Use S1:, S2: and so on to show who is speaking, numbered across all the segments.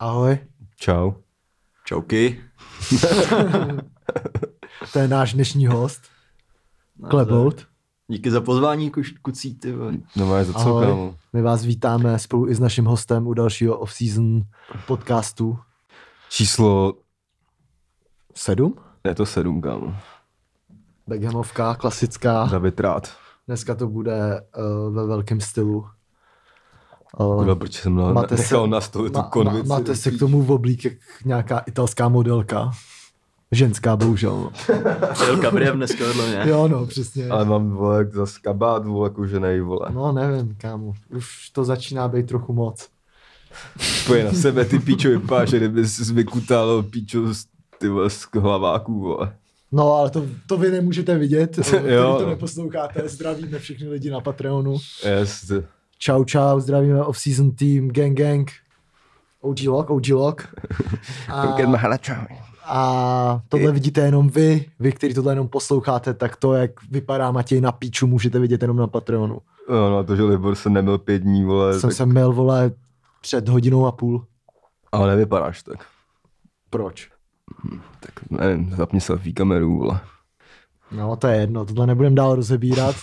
S1: Ahoj,
S2: Čau.
S3: Čauky.
S1: to je náš dnešní host, Klebold.
S3: Díky za pozvání, kuš- kucí, ty vole.
S2: No máš za co,
S1: Ahoj.
S2: kámo?
S1: My vás vítáme spolu i s naším hostem u dalšího off-season podcastu.
S2: Číslo,
S1: Sedm?
S2: je to sedm, kámo.
S1: Beckhamovka, klasická.
S2: David rád.
S1: Dneska to bude uh, ve velkém stylu. Eh,
S2: Kurva, proč jsem na,
S1: máte se-
S2: nechal na stole tu
S1: ma- ma-
S2: konvici?
S1: máte se k tomu v oblík jak nějaká italská modelka. Ženská, bohužel.
S3: Jel Gabriel dneska vedle mě.
S1: Jo, no, přesně.
S2: Ale mám, vole, zase kabát, vole, koženej, vole.
S1: No, nevím, kámo. Už to začíná být trochu moc.
S2: Poje na sebe, ty píčo vypáš, kdyby jsi vykutalo píčo z, ty vole, z hlaváků, vole.
S1: No, ale to, to vy nemůžete vidět, který to
S2: no.
S1: neposloucháte. Zdravíme všechny lidi na Patreonu.
S2: Jest.
S1: Čau, čau, zdravíme off-season team, gang, gang. OG Lock, OG Lock. A, a tohle vidíte jenom vy, vy, kteří tohle jenom posloucháte, tak to, jak vypadá Matěj na píču, můžete vidět jenom na Patreonu.
S2: No, no, to, že Libor se nemil pět dní, vole,
S1: Jsem
S2: tak,
S1: se měl, vole, před hodinou a půl.
S2: ale nevypadáš tak.
S1: Proč?
S2: Tak nevím, zapni selfie kameru, vole.
S1: No, to je jedno, tohle nebudeme dál rozebírat.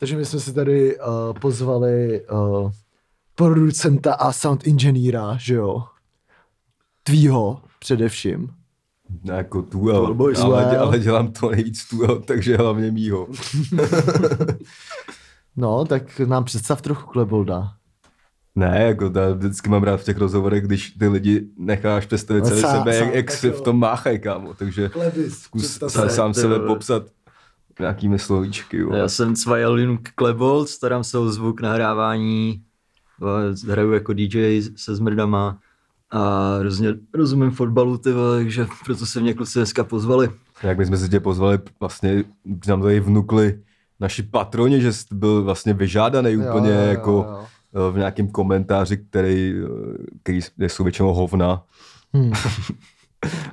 S1: Takže my jsme si tady uh, pozvali uh, producenta a sound inženýra, že jo? Tvýho především.
S2: No, jako tuel,
S1: Cowboy
S2: ale,
S1: Tuel.
S2: dě- ale, dělám to nejvíc tuel, takže hlavně mýho.
S1: No, tak nám představ trochu Klebolda.
S2: Ne, jako to já vždycky mám rád v těch rozhovorech, když ty lidi necháš představit
S1: Ale
S2: sebe
S1: sám-
S2: sebe,
S1: sám,
S2: jak, jak
S1: tak
S2: se
S1: jo.
S2: v tom máchají, kámo, takže
S1: Klebis,
S2: zkus sám, sám
S3: ty
S2: sebe
S3: vole.
S2: popsat nějakými slovíčky, jo.
S3: Já jsem Cvajalin Klebold, starám se o zvuk nahrávání, eh, hraju jako DJ se zmrdama a hrozně rozumím fotbalu, ty vole, takže proto se mě kluci dneska pozvali.
S2: Jak my jsme si tě pozvali, vlastně nám tady vnukli naši patroni, že jsi byl vlastně vyžádaný úplně jako eh, v nějakém komentáři, který, eh, který jsou většinou hovna.
S1: Hmm.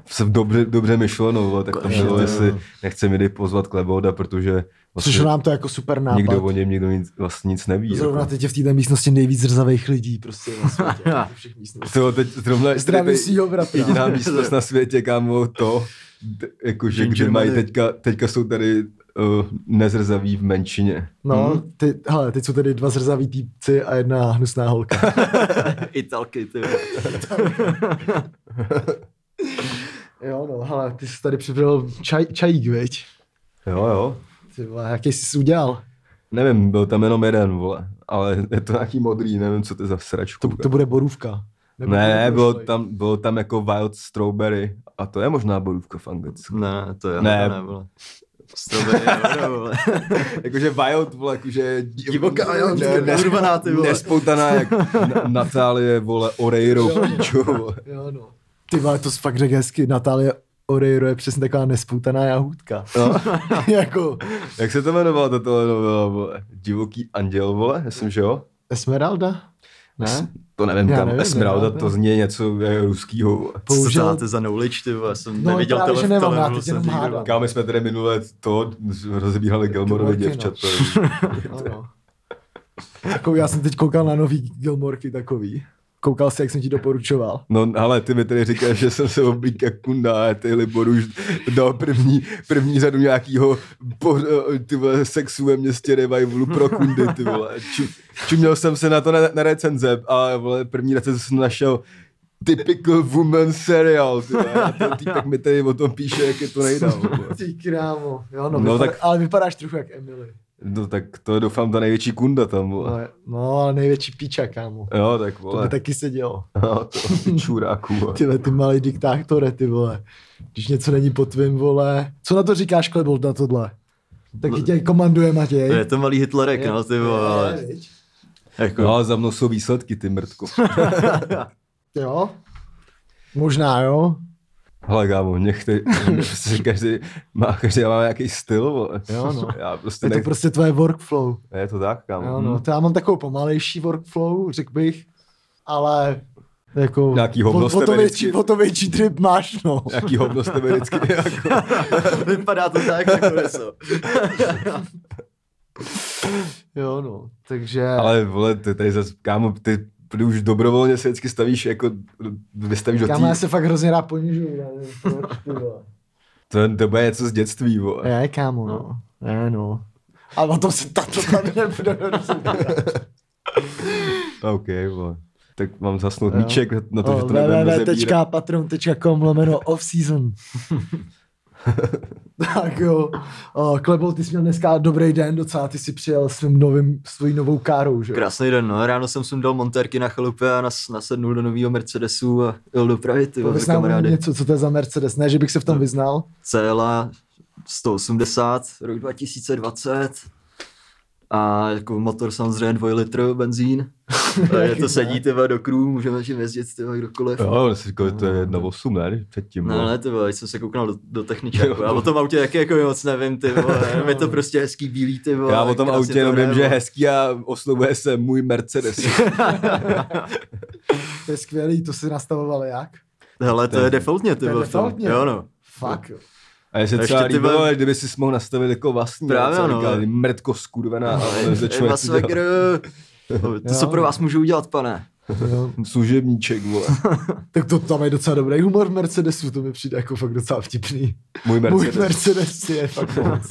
S2: Jsem dobře, dobře myšleno, no, vole, tak tam
S1: Jako-
S3: Konečně,
S2: bylo,
S3: jo.
S2: jestli nechceme jít pozvat Klebouda, protože vlastně
S1: Přišlo nám to jako super nápad.
S2: Nikdo o něm nikdo nic, vlastně nic neví.
S1: Zrovna
S2: jako.
S1: teď je v této místnosti nejvíc zrzavých lidí prostě na světě. ve všech místnostech.
S2: Tyjo, teď zrovna
S1: Zdravím svýho bratra.
S2: jediná místnost na světě, kámo, to, d- jakože
S3: Ginger
S2: kde mají
S3: money.
S2: teďka, teďka jsou tady uh, nezrzaví v menšině.
S1: No,
S2: Hm.
S1: ty, hele, teď jsou tady dva zrzaví týpci a jedna hnusná holka.
S3: Italky, ty vole.
S1: Jo, no, hele, ty jsi tady připravil čaj, čajík, viď?
S2: Jo, jo.
S1: Ty vole, jaký jsi si udělal?
S2: Nevím, byl tam jenom jeden, vole, ale je to nějaký modrý, nevím, co to je za sračku.
S1: To, to bude borůvka. Nebo
S2: ne,
S1: to bude
S2: ne, bylo
S1: čaj.
S2: tam, bylo tam jako wild strawberry a to je možná borůvka v anglicku.
S3: Ne, to je
S2: Ne.
S3: ne. nebylo. Strawberry, dobro, vole.
S2: jakože wild, vole, jakože div-
S3: Divoká, jo,
S2: ne, ne,
S3: urbaná, ty vole.
S2: Nespoutaná jak Na- Natálie, vole, Oreiro,
S1: Jo.
S2: píčo, vole.
S1: Jo, no. Ty vole, to jsi fakt řekl hezky. Natálie Oreiro je přesně taková nespoutaná jahůdka.
S2: No.
S1: jako
S2: Jak se to jmenovalo tato novela, vole? Divoký anděl, vole? Myslím, že jo?
S1: Esmeralda? Ne?
S2: To nevím,
S1: Já
S2: kam.
S1: nevím,
S2: Esmeralda,
S1: nevím.
S2: to zní něco eh, ruskýho, vole.
S3: Co
S1: Bohužel-
S3: to dáte za knowledge, ty vole, jsem
S1: No,
S3: neviděl
S1: právě,
S3: tele-
S1: že nemám, já
S3: televizi,
S1: teď
S3: jsem
S1: jenom
S3: nikdy-
S1: hádám.
S2: Kámo, my jsme tady minule to rozebíhali Gilmorovi
S1: Gilmorky, no.
S2: děvčata.
S1: Ano. no. Jako já jsem teď koukal na nový Gilmorky takový. Koukal si, jak jsem ti doporučoval.
S2: No ale ty mi tady říkáš, že jsem se oblík jak kunda a ty Libor už dal první, první řadu nějakýho po, ty vole, sexu ve městě revivalu pro kundy, ty vole. Ču, čuměl jsem se na to na, na recenze a vole, první recenze jsem našel typical woman serial, ty vole. A ten týpek mi tady o tom píše, jak je to nejdál. vole.
S1: Ty krámo. Jo, no,
S2: No,
S1: vypadá,
S2: tak-
S1: ale vypadáš trochu jak Emily.
S2: No tak to je doufám ta největší kunda tam, vole.
S1: No, no, ale největší píča, kámo.
S2: Jo, tak
S1: To by
S2: vole.
S1: taky se dělo.
S2: No, to ty čuráku, vole.
S1: Tyhle, ty malý diktátore, ty vole. Když něco není po tvým, vole. Co na to říkáš, Klebold, na tohle? Taky tě komanduje Matěj.
S3: Je No. to malý Hitlerek, no, ty vole, ale
S1: Je, viď?
S3: jako,
S2: No, ale za mnou jsou výsledky, ty mrtko.
S1: Jo? Možná, jo?
S2: Hele, kámo, někdy, prostě každý má, každý má nějaký styl, vole.
S1: Jo, no.
S2: Já prostě
S1: Je to
S2: nech...
S1: prostě tvoje workflow.
S2: Je to tak, kámo. Hmm.
S1: Jo,
S2: Jo,
S1: no. To já mám takovou pomalejší workflow, řekl bych, ale jako...
S2: Nějaký
S1: o-
S2: hovno
S1: o,
S2: jste
S1: to
S2: mi
S1: větší,
S2: vždycky-
S1: o to větší trip máš, no.
S2: Jaký hovno jste mi vždycky, jako.
S3: vypadá to tak, nakonec, no.
S1: Jo, no. Takže... no,
S2: Ale, vole, ty tady zase, kámo, ty Protože už dobrovolně se vždycky stavíš, jako vystavíš do
S1: Kámo, já
S2: té...
S1: se fakt hrozně rád ponižuju. já nevím, proč, ty vole.
S2: To, to bude něco z dětství, vole.
S1: Ne, kámo, no. Ne, no. A o tom se tam to tam nebude rozumět.
S2: OK, vole. Tak mám zasnout
S1: Jo. No,
S2: míček na to, že to nebudeme rozebírat.
S1: www.patron.com lomeno off-season. tak jo. O, Klebo, ty jsi měl dneska dobrý den docela, ty jsi přijel svým novým, svojí novou károu, že? jo?
S3: Krásný den, no. Ráno jsem sundal monterky na chalupě a nas, nasednul do nového Mercedesu a jel do Prahy, ty vole,
S1: Pověz nám
S3: kamarády.
S1: něco, co to je za Mercedes. Ne, že bych se v tom vyznal.
S3: CLA 180, rok 2020. A jako motor samozřejmě 2 litr benzín. A je to sedí tyva do krů, můžeme tím jezdit tyva kdokoliv.
S2: Jo, si říkal, že to je 1.8, ne? Předtím,
S3: No,
S2: vole.
S3: ne, ty vole, jsem se koukal do, do techničáku. Já o tom autě taky jako moc nevím, ty vole. Je to prostě hezký bílý, ty vole.
S2: Já o tom
S3: krásně
S2: autě
S3: to
S2: jenom
S3: hraje,
S2: vím, že je
S3: vole.
S2: hezký a oslovuje se můj Mercedes.
S1: To je skvělý, to si nastavoval jak?
S3: Hele, to je defaultně, ty
S1: To je
S3: vole. v tom.
S1: defaultně.
S3: Jo, no.
S1: Fakt jo.
S2: A je se
S3: A ještě
S2: třeba
S3: ty
S2: líbilo,
S3: vole-
S2: kdyby si mohl nastavit jako vlastní.
S3: Právě
S2: co
S3: ano,
S2: říkal,
S3: ale- No,
S2: Mrtko skurvená,
S3: Ej,
S2: ale
S3: ej,
S2: začne si dělat
S3: Masvegr. To,
S1: Jo.
S3: co pro vás můžu udělat, pane?
S1: Jo.
S2: služebníček, vole.
S1: Tak to tam je docela dobrý humor v Mercedesu, to mi přijde jako fakt docela vtipný.
S2: Můj Mercedes.
S1: Můj Mercedes je fakt moc.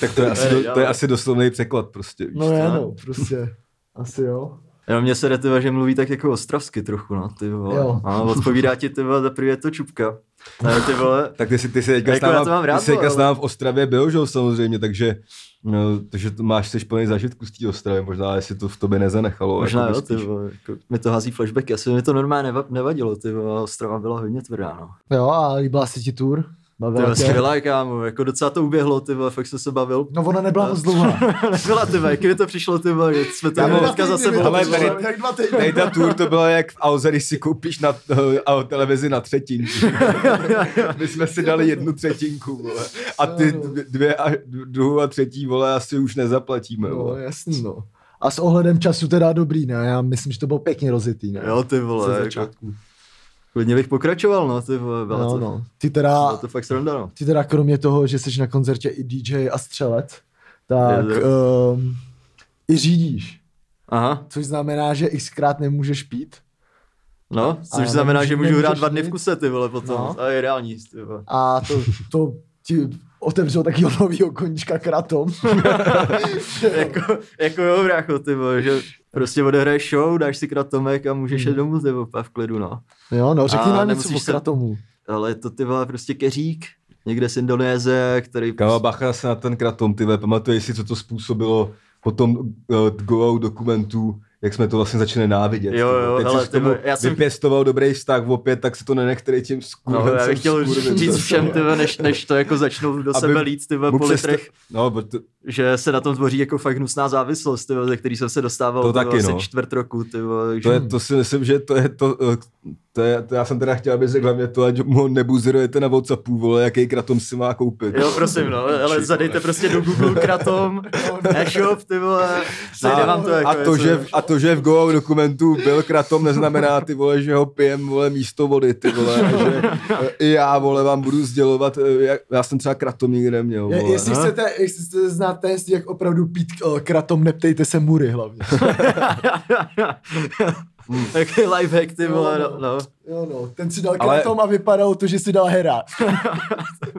S2: Tak to je asi,
S3: Ej,
S2: do, to je
S3: ale-
S2: asi doslovný překlad prostě. Víš?
S1: No je,
S3: co?
S1: no, prostě. Asi jo.
S3: Jo, mně se jde, tyva, že mluví tak jako ostravsky trochu, no, ty vole.
S1: Jo.
S3: A odpovídá ti, ty vole, zaprvé je to čupka. A ty vole,
S2: Tak ty jsi, ty jsi teďka,
S3: Jako
S2: s
S3: já to
S2: náma,
S3: mám rád,
S2: ty jsi teďka
S3: vole,
S2: s náma v Ostravě byl, že jo, samozřejmě, takže no, to, že to máš, jsi plný zážitku z té Ostravy, možná jestli to v tobě nezanechalo.
S3: možná
S2: jako
S3: jo,
S2: by
S3: ty
S2: spíš-
S3: vole, jako, mi to hází flashbacky, asi mi to normálně neva- nevadilo, ty vole, Ostrava byla hodně tvrdá, no.
S1: Jo, a líbila se ti tour?
S3: Ty
S1: Bavila
S3: vole,
S1: tě?
S3: skvělá, kámo, jako docela to uběhlo, ty vole, fakt jsem se bavil.
S1: No ona nebyla moc dlouhá.
S3: Nebyla, ty vole, jak mi to přišlo, ty vole, že jsme to měli
S2: Kámo,
S3: teďka za sebou.
S2: ale
S3: ty vole.
S2: tady-
S1: No,
S2: Tady ta tour to byla jak v Auze, když si koupíš na, a televizi na třetinku. My jsme si dali jednu třetinku, vole. A ty dvě- dvě a druhou a třetí, vole, asi už nezaplatíme,
S1: No,
S2: vole.
S1: jasný, no. A s ohledem času teda dobrý, ne? Já myslím, že to bylo pěkně rozjetý, ne?
S3: Jo, ty
S1: Ze
S3: vole, jako,
S1: začátku.
S3: klidně bych pokračoval, no, ty vole, byla
S1: No,
S3: to,
S1: no. Ty
S3: byla
S1: teda,
S3: to fakt sranda, no.
S1: ty teda kromě toho, že jsi na koncertě i DJ a střelec, tak
S3: Je
S1: um, i řídíš.
S3: Aha,
S1: Což znamená, že xkrát nemůžeš pít.
S3: no,
S1: Ale
S3: což znamená, že
S1: nemůžeš-
S3: můžu hrát dva
S1: nemůžeš
S3: dny v
S1: nic.
S3: kuse, ty vole, potom.
S1: No.
S3: A je reální, ty vole.
S1: A to, to ti otevřelo takového novýho koníčka kratom.
S3: jako, jako jo, brácho, ty vole, že prostě odehraješ show, dáš si kratomek a můžeš
S2: Hmm.
S3: jít domů, ty vole, v klidu, no.
S1: Jo, no, řekni
S3: A
S1: nám něco
S3: nemusíš
S1: o
S3: se-
S1: kratomu.
S3: Ale je to, ty vole, prostě keřík, někde z Indonésie, který...
S2: Kámo, bacha se na ten kratom, ty vole, pamatuješ si, co to způsobilo potom uh, go dokumentů, jak jsme to vlastně začali návidět.
S3: Jo,
S2: ty vole.
S3: jo,
S2: Teď
S3: hele,
S2: jsi k
S3: ty
S2: tomu
S3: vole, já jsem-
S2: vypěstoval dobrý vztah opět, tak se to nenech tady tím
S3: No,
S2: skurvencem.
S3: já bych chtěl
S2: skurvit,
S3: říct
S2: prostě.
S3: všem, ty vole, než, než to jako začnou do
S2: Aby
S3: sebe lít, ty vole,
S2: Mu
S3: po
S2: přesto-
S3: litrech,
S2: No, proto-
S3: že se na tom tvoří jako fakt hnusná závislost, ty vole, ze který jsem se dostával,
S2: To
S3: ty vole,
S2: taky,
S3: asi
S2: no.
S3: čtvrt roku, ty vole,
S2: To,
S3: že-
S2: je, to si myslím, že to je to, eh, to, je, to já jsem teda chtěl, aby řekl hlavně to, ať mu ho nebuzerujete na Whatsappu, vole, jaký kratom si má koupit.
S3: Jo, prosím, no, ale zadejte prostě do Google kratom, e-shop, ty vole, zajde
S2: a,
S3: vám to jako.
S2: No, a, to,
S3: jestli-
S2: že, v- a to, že v Go dokumentu byl kratom, neznamená, ty vole, že ho pijem, vole, místo vody, ty vole, a že eh, i já, vole, vám budu sdělovat, eh, jak, já jsem třeba kratom nikdy neměl,
S1: Je,
S2: vole.
S1: jestli,
S3: Aha.
S1: chcete, jestli chcete znát tajemství, jak opravdu pít eh, kratom, neptejte se mury hlavně.
S3: Jaký lifehack, ty vole,
S1: No,
S3: no. no.
S1: Jo no, ten si dal
S2: Ale-
S1: kratom a vypadalo to, že si dal herák.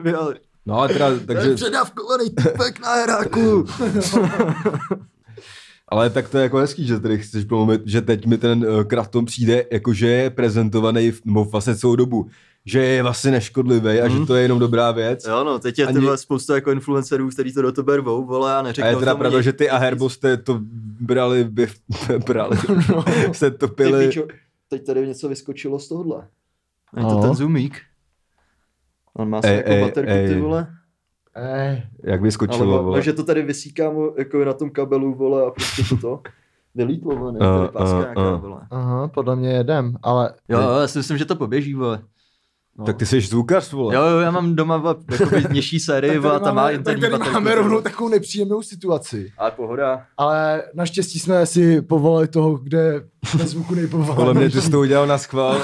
S3: Jo,
S2: No ale teda, takže,
S1: Předávkovaný typek na heráku.
S2: ale tak to je jako hezký, že tady chceš promluvit, že teď mi ten eh, kratom přijde, jakože je prezentovaný, v, nebo vlastně celou dobu, že je vlastně neškodlivý a že to je jenom dobrá věc.
S3: Mhm. jo, no, teď je
S2: Ani-
S3: Ani... tyhle spousta jako influencerů, který to do tebe rvou, vole, a
S2: A
S3: neřeknou
S2: je teda
S3: tomu
S2: pravda,
S3: nic.
S2: že ty a Herbo jste to brali, by, brali, jste to
S3: Ty
S2: pili.
S3: pičo, Teď tady něco vyskočilo z tohohle. A je
S1: Ano.
S3: to ten zoomík. On má
S2: No. Ej,
S3: svou
S2: ej,
S3: jako baterku,
S2: ej.
S3: ty vole.
S1: Eh,
S2: Jak
S3: Ale
S2: vyskočilo,
S3: no,
S2: vole.
S3: že to tady vysíkám jako na tom kabelu, vole, a prostě to to vylítlo, vole, ne,
S2: A,
S3: tady páska
S2: a,
S3: nějaká,
S2: a.
S3: vole.
S1: aha, podle mě jedem, ale...
S3: Jo, jo, já si myslím, že to poběží, vole. No.
S2: Tak ty jsi zvukař, vole.
S3: Jo, jo, já mám doma vole, jakoby nižší sérii, vole, a ta má interní
S1: tak tady
S3: baterku,
S1: máme
S3: ty
S1: rovnou
S3: vole.
S1: takovou nepříjemnou situaci.
S3: Ale pohoda.
S1: Ale naštěstí jsme si povolali toho, kde ve zvuku nejpovolali.
S2: Podle mě ty jsi to udělal na schvál.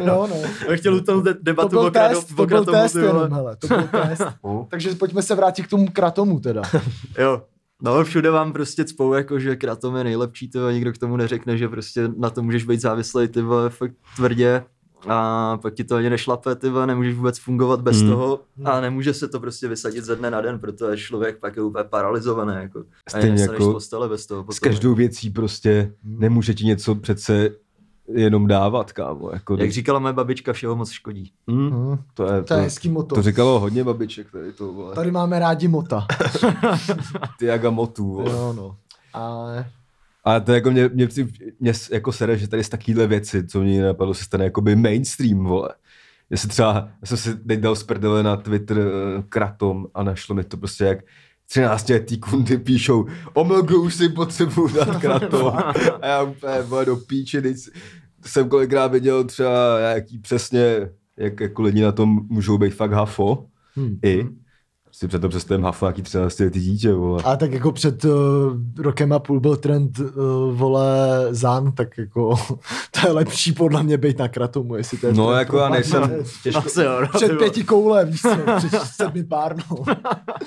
S1: Jo, no.
S3: Já chtěl utout de-
S1: To
S3: debatu
S1: byl
S3: o krado-
S1: test,
S3: o
S1: to byl
S3: kratomu,
S1: test
S3: ty vole.
S1: jenom, hele, to byl test. Takže pojďme se vrátit k tomu kratomu teda.
S3: Jo, No, všude vám prostě cpou, jako že kratom je nejlepší, to nikdo k tomu neřekne, že prostě na to můžeš být závislý, ty vole, fakt tvrdě. A pak ti to ani nešlape, ty vole, nemůžeš vůbec fungovat bez
S2: Hmm.
S3: hmm. toho a nemůže se to prostě vysadit ze dne na den, protože člověk pak je úplně paralizovaný, jako. A
S2: Stejně
S3: je nestaneš
S2: jako
S3: z postele bez toho.
S2: S
S3: potom.
S2: každou věcí prostě nemůže ti něco přece jenom dávat, kámo. Jako,
S3: Jak říkala moje babička, všeho moc škodí.
S2: Hm,
S1: Hm.
S2: to, je,
S1: To je hezký moto.
S2: to říkalo hodně babiček tady to, vole.
S1: Tady máme rádi mota.
S2: Ty jagamotů, vole.
S1: jo, no. Ale
S2: A to jako mě, mě, při- mě s- jako sere, že tady z takovýhle věci, co mě napadlo, se stane jakoby mainstream, vole. Já jsem třeba, já jsem si teď dal z prdele na Twitter eh, kratom a našlo mi to prostě jak 13 letý kundy píšou, omlgu už si potřebuju dát kratom. A já úplně, vole, do píči, teď s- jsem kolikrát viděl třeba, jaký přesně, jak jako lidi na tom můžou být fakt hafo,
S1: Hmm.
S2: i. Prostě Si před to představím hafo, jaký 13 letý dítě, vole.
S1: A tak jako před uh, rokem a půl byl trend uh, vole Zan, tak jako to je lepší podle mě být na kratomu, jestli to je
S2: No,
S1: trend
S2: jako
S1: pro
S2: já
S1: pár
S2: nejsem,
S1: let.
S2: těžko,
S3: Asi jo, no, ty
S1: Před
S3: vole.
S1: pěti koule, víš co, před sedmi párnou.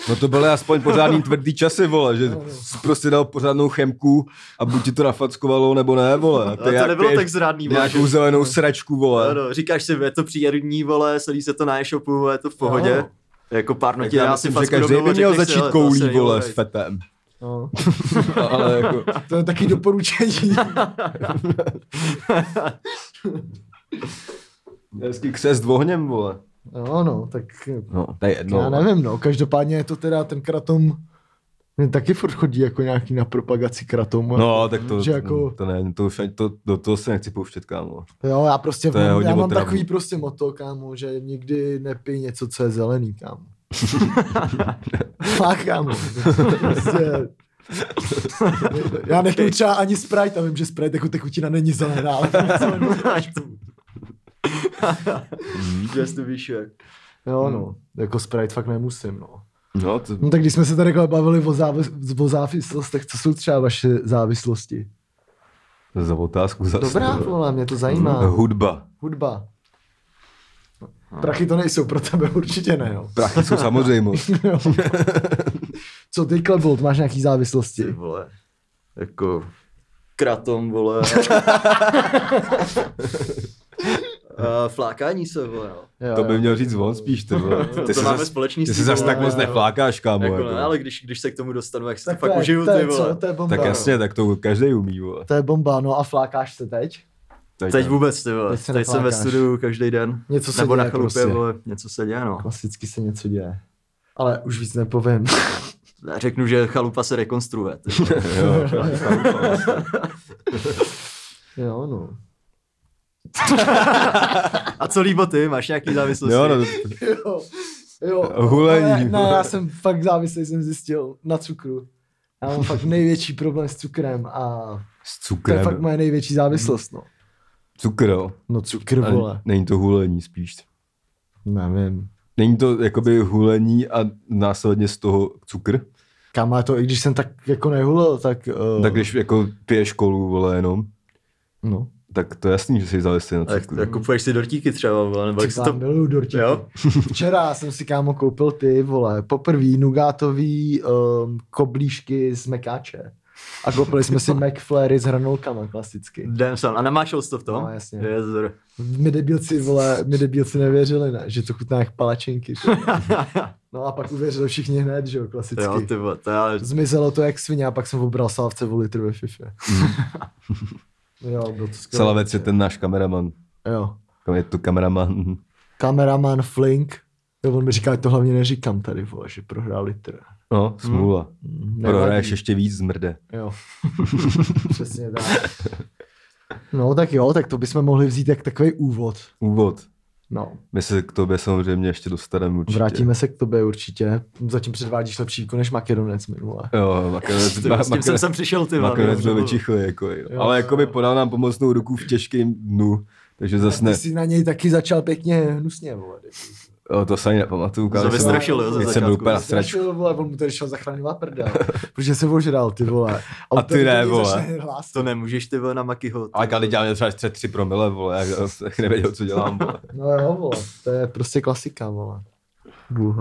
S2: No to byly aspoň pořádný tvrdý časy, vole, že jsi prostě dal pořádnou chemku a buď ti to nafackovalo, nebo ne, vole. A
S3: No, to nebylo tak zrádný, vole,
S2: Nějakou
S3: že-
S2: zelenou sračku,
S3: No,
S2: vole.
S3: no, říkáš si, je to příjemný, vole, sedí se to na e-shopu, vole, je to v pohodě. Jako pár notí,
S2: já
S3: já si
S2: myslím, že
S3: facku
S2: každý
S3: domů
S2: by
S3: a
S2: měl
S3: řekneš si,
S2: začít
S3: hele, to asi
S2: koulí,
S3: není
S2: vole,
S3: dobrý.
S2: s fetem.
S1: No,
S2: Ale jako,
S1: to je taky doporučení.
S2: hezký křes dvohněm, vole.
S1: No, no, tak
S2: No, to je jedno.
S1: no. já nevím, no, každopádně je to teda ten kratom, mě taky furt chodí jako nějaký na propagaci kratomu.
S2: No, tak to,
S1: Že jako-
S2: to ne, to už ani- to, do toho se nechci pouštět, kámo.
S1: Jo, já prostě
S2: To je
S1: mám,
S2: hodně
S1: já mám
S2: otravný.
S1: takový prostě moto, kámo, že nikdy nepij něco, co je zelený, kámo. Fakt, kámo. Prostě... Já nepiju třeba ani Sprite, a vím, že Sprite jako tekutina není zelená, ale
S3: Just to be sure.
S1: Jo, no, jako Sprite fakt nemusím, no.
S2: No, to,
S1: No tak když jsme se tady takhle bavili o, závis- o závislostech, co jsou třeba vaše závislosti?
S2: to za otázku zase.
S1: Dobrá,
S2: vole.
S1: vole, mě to zajímá.
S2: Hudba.
S1: Hudba. Prachy to nejsou pro tebe, určitě ne, jo.
S2: Prachy jsou samozřejmost.
S1: Jo. Co ty, Klebold, máš nějaký závislosti?
S3: Ty vole, jako kratom, vole. A flákání se, vole, no.
S1: Jo,
S2: To by
S1: jo.
S2: měl říct on spíš, ty vole.
S3: To,
S2: Ty
S3: to
S2: jsi
S3: máme
S2: zas-
S3: společný
S2: Ty
S3: s
S2: se
S3: tím,
S2: zase
S3: vole,
S2: tak moc
S3: jo.
S2: neflákáš, kámo.
S3: Jako,
S2: jako.
S3: ne, ale když, když se k tomu dostanu, jak si to
S1: Tak
S3: fakt
S1: to je-
S3: užiju,
S1: to je
S3: ty
S1: co?
S3: vole.
S1: To je bomba.
S2: Tak jasně, tak to každý umí, vole.
S1: To je bomba, no a flákáš se teď?
S2: Tak,
S3: Teď vůbec, ty vole.
S1: Teď se
S3: Teď jsem ve
S1: neflákáš.
S3: studiu každý den.
S1: Něco se
S3: Nebo
S1: děje
S3: na chalupě,
S1: prostě.
S3: vole, něco se děje, no.
S1: Klasicky se něco děje. Ale už víc nepovím.
S3: Já řeknu, že chalupa se rekonstruuje. ty vole.
S2: Jo,
S1: jo, no.
S3: A co líbo ty, máš nějaký závislosti?
S2: jo, no, to,
S1: Jo, jo.
S2: Hulení,
S1: Ale, ne,
S2: vole.
S1: já jsem fakt závislý, jsem zjistil, na cukru. Já mám fakt největší problém s cukrem a
S2: s
S1: to je fakt
S2: cukrem.
S1: moje největší závislost, no.
S2: Cukr, jo.
S1: No cukr,
S2: A
S1: vole.
S2: Není to hulení spíš.
S1: Nevím.
S2: Není to jakoby hulení a následně z toho cukr.
S1: Kámo, já to, i když jsem tak jako nehulil, tak... Uh,
S2: Tak když jako piješ školu, vole, jenom,
S1: No.
S2: tak to je jasný, že jsi závislý na
S3: A jak,
S2: cukru.
S3: jak kupuješ si dortíky třeba, vole, nebo jak
S1: Tak
S3: se
S1: to...
S3: to...
S1: miluju dortíky.
S3: Jo?
S1: Včera jsem si kámo koupil ty, vole, poprvý nugátový um, koblížky z mekáče. A koupili jsme si McFlurry s hranolkama klasicky.
S3: Damn son. A namáčel jsi to v tom?
S1: No, jasně.
S3: Jezor.
S1: My debilci, vole, my debilci nevěřili, ne, že to chutná jak palačinky. ty vole. No a pak uvěřili všichni hned, že jo, klasicky.
S3: Jo, ty vole, to já...
S1: Zmizelo to jak svině a pak jsem obral salvce o litr ve FIFA.
S3: Mm.
S1: jo, byl to skvělé.
S2: Celavec je ten náš kameraman.
S1: Jo.
S2: Kam Je to kameraman.
S1: Kameraman Flink, jo, on mi říká, ať to hlavně neříkám tady, vole, že prohrál litr.
S2: No, smůla.
S3: Hmm.
S2: Prohraješ ještě víc zmrde.
S1: Jo. Přesně tak. No tak jo, tak to bychom mohli vzít jak takový úvod.
S2: Úvod.
S1: No,
S2: My se k tobě samozřejmě ještě dostaneme určitě.
S1: vrátíme se k tobě určitě. Zatím předvádíš lepší výkon než Makedonec minule.
S2: Jo, Makedonec,
S3: Ty, vole, s tím jsem sem přišel, ty vole.
S2: Nakonec
S3: Jo,
S2: byl
S3: no.
S2: vyčichlý, jako, jo. ale jako by podal nám pomocnou ruku v těžkém dnu, takže zase ne.
S1: Ty jsi na něj taky začal pěkně hnusně, vole.
S2: Jo, to se ani nepamatuju. kámo,
S3: To
S2: jsem-
S3: vystrašil, jo, ze
S2: teď jsem byl
S3: začátku.
S2: úplně na stračku.
S1: Strašil, vole, on mu tady šel zachraňovat prdel, protože se ožral, ty vole.
S2: A ty
S1: tady
S2: ne,
S1: lidi
S2: vole.
S1: začali hlásit.
S3: To nemůžeš, ty vole, na Makyho.
S2: Ale když dělám třeba 3 promile, vole, já já jsem nevěděl, co dělám, vole.
S1: No jo, vole, to je prostě klasika, vole. Bůh,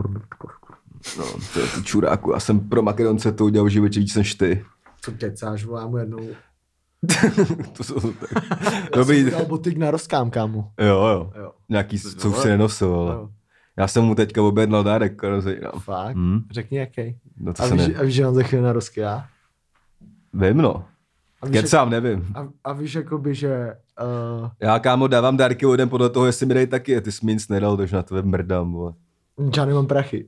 S2: No, to je to čuráku. Já jsem pro Makedonce to udělal v životě víc než ty.
S1: Co kecáš, vole, já mu jednou.
S2: to jsou tak.
S1: Já jsem
S2: Dobrý.
S1: udělal botik na rozkám, kámu.
S2: Jo, jo.
S1: Jo,
S2: Nějaký,
S3: To
S2: co už
S3: jo.
S2: si nenosil, ale.
S1: jo.
S2: Já jsem mu teďka objednal dárek, rozejnám.
S1: Fakt?
S2: Hm?
S1: Řekni jaký.
S2: No to
S1: A
S2: se
S1: víš,
S2: ne...
S1: a víš, že on za chvíli na rozkyá?
S2: Vím, no.
S1: A víš,
S2: Kecám, nevím.
S1: a, a víš jakoby, že... Uh,
S2: Já kámo dávám dárky lidem podle toho, jestli mi dej taky, ty jsi mi nic nedal, takže na tebe mrdám, vole.
S1: já nemám prachy.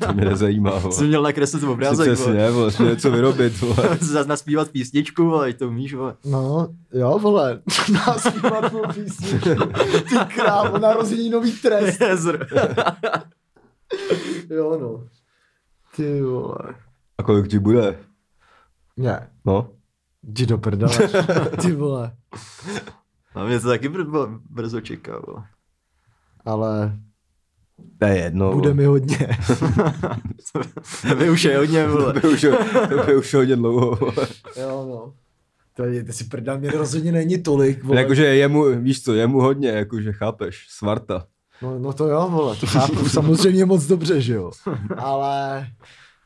S2: To mě nezajímá,
S3: Jsem
S2: vole.
S3: měl nakreslit obrázek,
S2: Sice si
S3: vole.
S2: ne, vole, jsi něco vyrobit, vole.
S3: Zas naspívat písničku, vole, to umíš, vole.
S1: No, jo, vole, nás vypadnou písničku. Ty krávo, narození nový trest.
S3: Jezr.
S1: Jo, no. Ty vole.
S2: A kolik ti bude?
S1: Ne,
S2: No?
S1: jdi do prdele. Ty vole.
S3: A mě to taky br- brzo čeká, vole.
S1: Ale
S2: To je jedno.
S1: bude mi hodně.
S3: Tebe už je hodně, vole.
S2: To by už, to by už hodně dlouho. vole.
S1: Jo, no. To je, ty si prdá, mě rozhodně není tolik, vole.
S2: No, Jakože jemu, víš co, jemu hodně, jakože chápeš, svarta.
S1: No, no to jo, vole, to chápu samozřejmě moc dobře, že jo. Ale,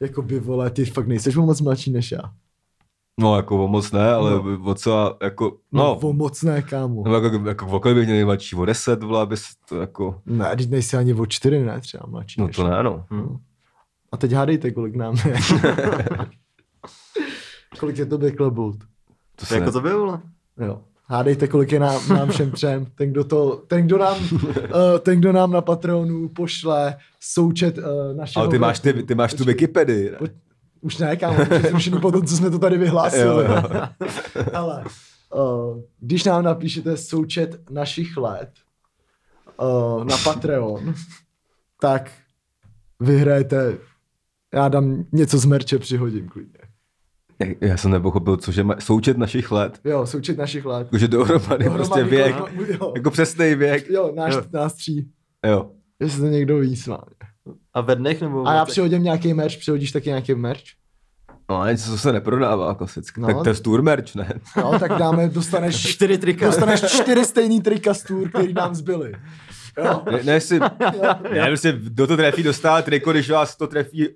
S1: jako by, vole, ty fakt nejseš o moc mladší než já.
S2: No jako o moc ne, ale no. o co, jako, no,
S1: o moc ne, kámo.
S2: no jako, jako v okolí bych měl nejmladší o 10, vole, aby se to jako,
S1: Ne, teď nejsi ani o čtyři, ne, třeba mladší
S2: no
S1: než
S2: to ne, no.
S1: A teď hádejte, kolik nám je. kolik je to Beklebult?
S2: To
S3: To
S2: se
S3: jako
S2: ne-
S3: to by, vole.
S1: Jo. Hádejte, kolik je nám, nám všem třem. Ten, kdo, to, ten, kdo nám, uh, ten, kdo nám na Patronu pošle součet uh, našeho...
S2: Ale ty máš, ty, ty máš tu
S1: Počkej,
S2: Wikipedii, ne?
S1: Pojď, Už ne, kámo, protože jsme šli po tom, co jsme to tady
S2: Jo,
S1: vyhlásili.
S2: jo.
S1: Ale uh, když nám napíšete součet našich let uh, na Patreon, tak vyhrajete, já dám něco z merče, přihodím klidně.
S2: Já jsem nepochopil, cože ma- součet našich let,
S1: Jo, součet našich let.
S2: jakože dohromady, dohromady prostě věk,
S1: kolik- jo,
S2: jako přesný věk,
S1: jo, náš,
S3: jo.
S1: nás tří.
S2: jo.
S1: Jestli to někdo ví s vámi.
S3: A ve dnech nebo...
S1: A já přihodím nějaký merch, přihodíš taky nějaký merch?
S2: No a něco, co se neprodává klasicky,
S1: No.
S2: no. tak to je tour merch, ne?
S1: Jo, tak dáme, dostaneš,
S3: Čtyři trika.
S1: dostaneš čtyři stejný trika z tour, který nám zbyly. Jo?
S2: Ne, ne, si, ne, prostě kdo to trefí, dostává triko, když vás to trefí,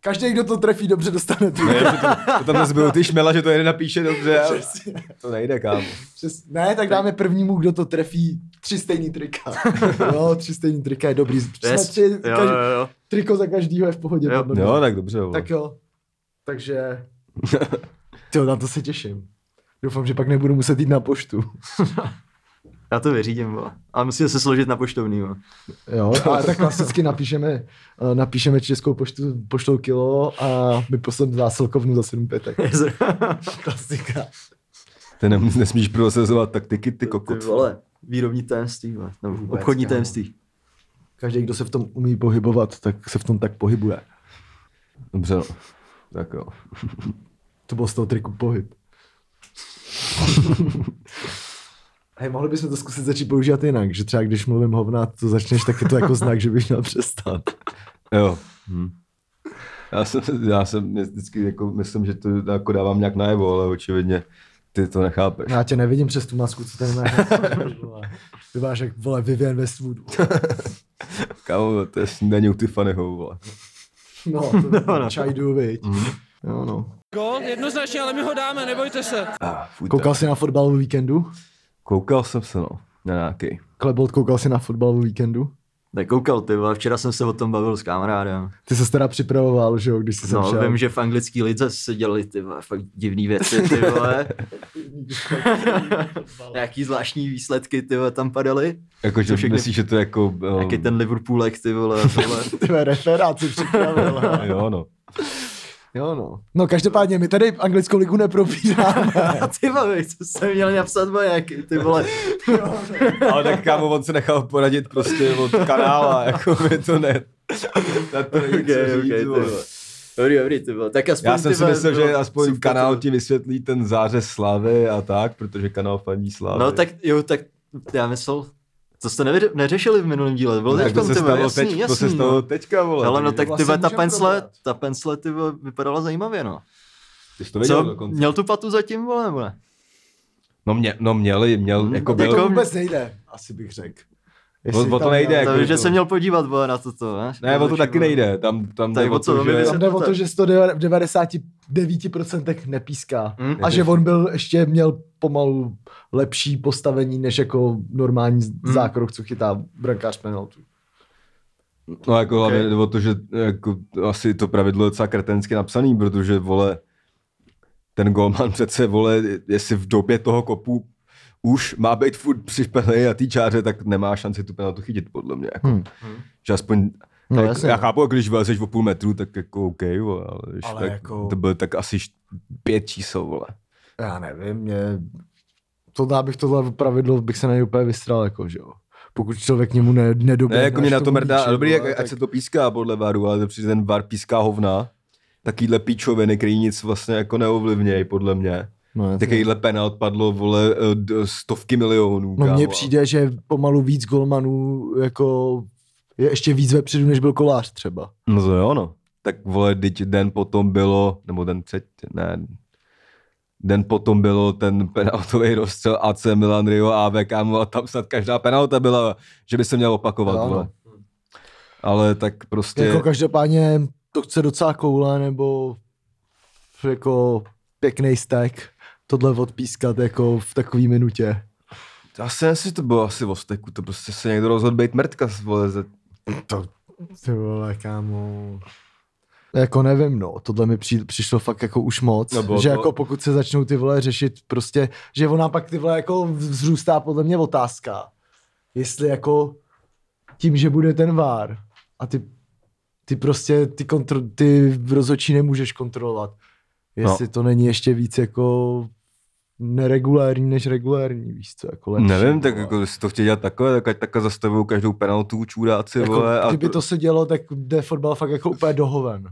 S1: Každý, kdo to trefí, dobře dostane tu.
S2: ne, že to, to tam nezbylo ty šmela, že to jeden napíše dobře, ale
S1: Přesně.
S2: to nejde, kámo.
S1: Přes... Ne, tak dáme prvnímu, kdo to trefí, tři stejný trika. jo, tři stejný trika je dobrý. Jsme
S3: Yes.
S1: tři,
S3: Jo,
S1: každý...
S3: jo, jo.
S1: Triko za každýho je v pohodě.
S3: Jo.
S1: podle mě.
S2: Jo, No, tak dobře, vole.
S1: Tak jo, takže... Jo, na to se těším. Doufám, že pak nebudu muset jít na poštu.
S3: Já to vyřídím, vole. Ale musíme se složit na poštovný, vole.
S1: Jo, ale tak klasicky napíšeme, eh, napíšeme českou poštu, pošlou kilo a my posleme zásilkovnu za 7 pětek.
S3: Jezr.
S1: Klasika.
S2: Ty nem, nesmíš prosazovat taktiky, ty
S3: Ty
S2: kokot.
S3: vole. Výrobní tajemství, vole. Nebo
S1: Vůbec,
S3: obchodní
S1: kámo.
S3: tajemství.
S1: Každý, kdo se v tom umí pohybovat, tak se v tom tak pohybuje.
S2: Dobře, no. Tak jo.
S1: To byl z toho triku pohyb. Hej, mohli bychom to zkusit začít používat jinak, že třeba když mluvím hovna, to začneš, tak je to jako znak, že bych měl přestat.
S2: Jo. Hm. Já jsem, já jsem mě vždycky jako, myslím, že to jako dávám nějak najevo, ale očividně ty to nechápeš.
S1: No,
S3: No.
S1: Já tě nevidím přes tu masku, co tady máš. Ty máš jak, vole, Vivian Westwoodu.
S2: Kámo, to je snídaně u Tiffanyho, vole.
S1: No, to no,
S3: no.
S1: no. čajdu, viď. Jo, no.
S4: Gol, jednoznačně, ale my ho dáme, nebojte se.
S2: Ah, fuj,
S1: Koukal jsi na fotbal o víkendu?
S2: Koukal jsem se, no. Na nějaký.
S1: Klebold, koukal jsi na fotbal o víkendu?
S3: Nekoukal ty, vole. Včera jsem se o tom bavil s kamarádem.
S1: Ty se teda připravoval, že jo, když jsi sem
S3: No,
S1: šel.
S3: vím, že v anglický lize se dělali ty vole, fakt divný věci, ty vole. Nějaký zvláštní výsledky, ty vole, tam padaly.
S2: Jakože
S3: Co všechny-
S2: myslíš, že to je jako...
S1: Oh.
S2: Um,
S3: Jaký ten Liverpoolek, ty vole, vole.
S1: Ty vole, referát si připravil. hele.
S2: Jo, no.
S1: Jo, no. No, každopádně, my tady anglickou ligu nepropíráme.
S3: A ty vole, co jsem měl napsat, vole, jaký, ty vole.
S2: Ale tak kámo, on se nechal poradit prostě od kanála, jako by to ne... Na to není
S3: Okej,
S2: co
S3: okej,
S2: říct,
S3: ty
S2: vole.
S3: vole. Dobrý, dobrý, ty vole. Tak aspoň
S2: Já jsem
S3: ty
S2: si
S3: vole, no,
S2: myslel, že
S3: bylo
S2: aspoň
S3: super,
S2: kanál
S3: ty
S2: ti vysvětlí ten zářez slavy a tak, protože kanál fandí slavy.
S3: vole. No tak jo, tak já myslel, to jste nevyře- neřešili v minulém díle, bylo
S2: tak to
S3: teďkom,
S2: se
S3: ty vole,
S2: stalo,
S3: jasný,
S2: teď, to
S3: jasný,
S2: se stalo teďka, vole.
S3: Ale no
S2: takže-
S3: tak ty
S1: vlastně
S3: vole, ta
S1: můžeme
S3: pensle,
S1: probrat.
S3: ta pensle, ty vole, vypadala zajímavě, no.
S2: Ty jsi to věděl
S3: Co,
S2: dokonce.
S3: měl tu patu zatím, vole, vole.
S2: No, mě, no měli, měl, jako
S3: Hmm. tak
S2: byl,
S1: To vůbec nejde, asi bych řekl. Jestli
S2: o to
S1: tam-
S2: nejde, jako-
S3: To
S2: je
S3: vím, že
S2: to-
S3: jsem měl podívat, vole, na toto, ne?
S2: Ne, o to taky nejde. Tam, tam
S3: Tak
S2: jde o
S3: o co,
S2: to,
S3: my
S2: že...
S3: myslím-
S1: Tam jde o to, že 199% nepíská.
S3: Hm?
S1: A že on byl ještě měl pomalu lepší postavení než jako normální z-
S2: Hmm.
S3: Hm.
S1: zákrok, co chytá brankář penaltu.
S2: No jako
S3: Ok.
S2: hlavně jde o to, že jako, asi to pravidlo je docela kretensky napsaný, protože vole, ten golman přece vole, jestli v době toho kopu už má být furt připenej na té čáře, tak nemá šanci tu penaltu chytit, podle mě. Jako.
S1: Hmm.
S2: Hmm. Že aspoň
S1: No
S2: tak,
S1: jasně.
S2: já chápu, jako když vylezeš o půl metru, tak jako OK, vole, ale, když
S1: Ale
S2: tak,
S1: jako-
S2: to bylo tak asi št- pět čísel, vole.
S1: Já nevím, mě... To dá bych tohle pravidlo, bych se na něj úplně vystral, jako, že jo. Pokud člověk němu ne, nedoběhne.
S2: Ne, jako mě
S1: až
S2: na to
S1: tomu
S2: mrdá,
S1: míči,
S2: ale dobrý,
S1: vole,
S2: jak, ať se to píská podle varu, ale to přijde ten var píská hovna, takýhle píčoviny, který nic vlastně jako neovlivnějí, podle mě.
S1: No, jasně.
S2: Takovýhle penalt padlo, vole, eh, d- stovky milionů.
S1: No mně
S2: kámo.
S1: přijde, že pomalu víc golmanů jako je ještě víc vepředu, než byl kolář třeba.
S2: No to jo, no. Tak vole, teď den potom bylo, nebo den před, ne, den potom bylo ten penaltový rozstřel AC Milan Rio AV, kámo, a tam snad každá penalta byla, že by se měla opakovat,
S1: Ano.
S2: vole. Ale tak prostě...
S1: Jako každopádně to chce docela koule, nebo jako pěkný stek tohle odpískat jako v takový minutě.
S2: Já si myslím, že to bylo asi o steku, to prostě se někdo rozhodl být mrtka, vole, ze-
S1: Ty vole, kámo. Jako nevím, no, tohle mi při, přišlo fakt jako už moc,
S2: No bylo
S1: že
S2: to-
S1: jako pokud se začnou ty vole řešit prostě, že ona pak ty vole jako vzrůstá podle mě otázka, jestli jako tím, že bude ten vár a ty, ty prostě ty, kontro, ty rozhodčí nemůžeš kontrolovat, jestli no. to není ještě víc jako neregulární než regulární, víš co, jako lepší.
S2: Nevím, tak
S1: vole.
S2: jako, jestli to chtějí dělat takhle, tak ať takhle zastavují každou penaltu, čuráci,
S1: jako,
S2: vole. A
S1: kdyby to se dělo, tak jde fotbal fakt jako úplně dohoven.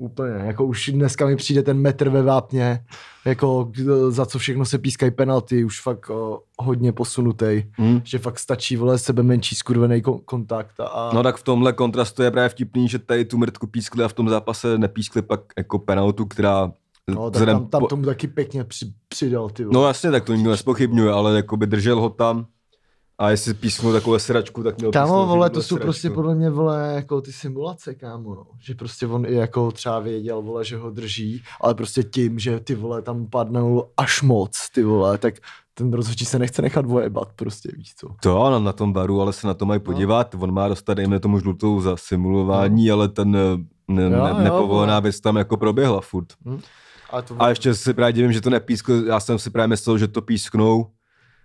S1: Úplně, jako už dneska mi přijde ten metr ve vápně, jako k- za co všechno se pískají penalty, už fakt o, hodně posunutý,
S2: Hm.
S1: že fakt stačí vole sebe menší skurvený kon- kontakt a
S2: No tak v tomhle kontrastu je právě vtipný, že tady tu mrtku pískli a v tom zápase nepískli pak jako penaltu, která...
S1: no, tak
S2: vzhledem
S1: tam, tam
S2: po-
S1: tomu taky pěkně při, přidal ty vole.
S2: No jasně, tak to nikdo nespochybňuje, ale jako by držel ho tam a jestli písknul takovou sračku, tak měl
S1: Kámo,
S2: písknout
S1: vole, to
S2: takovou
S1: jsou
S2: sračku.
S1: prostě podle mě, vole, jako ty simulace, kámo, no. Že prostě on i jako třeba věděl, vole, že ho drží, ale prostě tím, že ty vole tam padnou až moc, ty vole, tak ten rozhodčí se nechce nechat vojebat, prostě, víš co.
S2: To ano, na tom varu, ale se na to
S1: No.
S2: mají podívat. On má dostat, dejme tomu, žlutou za simulování, ale ten eh, ne,
S1: No. Jo, jo,
S2: ne, nepovolená
S1: vole. No.
S2: věc tam jako proběhla furt.
S1: A, to,
S2: A ještě si právě divím, že to nepískl, já jsem si právě myslel, že to písknou,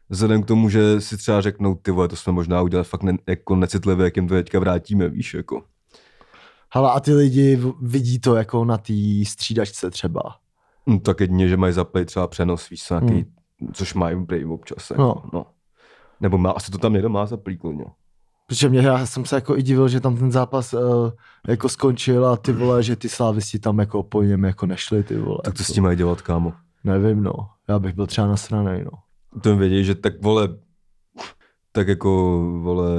S2: vzhledem k tomu, že si třeba řeknou, ty vole, to jsme možná udělali fakt ne, jako necitlivě, jak jim to teďka vrátíme, víš, jako.
S1: Hele, a ty lidi v- vidí to jako na té střídačce třeba.
S2: No, tak jedině, že mají zaplay třeba přenos, víš, co, nějaký, což mají brave občas, jako,
S1: Hmm. No.
S2: no. no. Nebo má, asi to tam někdo má no. zaplý, klidně.
S1: Protože mě, já jsem se jako i divil, že tam ten zápas uh, jako skončil a ty vole, že ty slávisti tam jako po něm jako nešli, ty vole. jako
S2: Tak co s tím mají dělat, kámo?
S1: Nevím, no. Já bych byl třeba nasranej, no.
S2: To jim vědí, že tak vole, tak jako vole,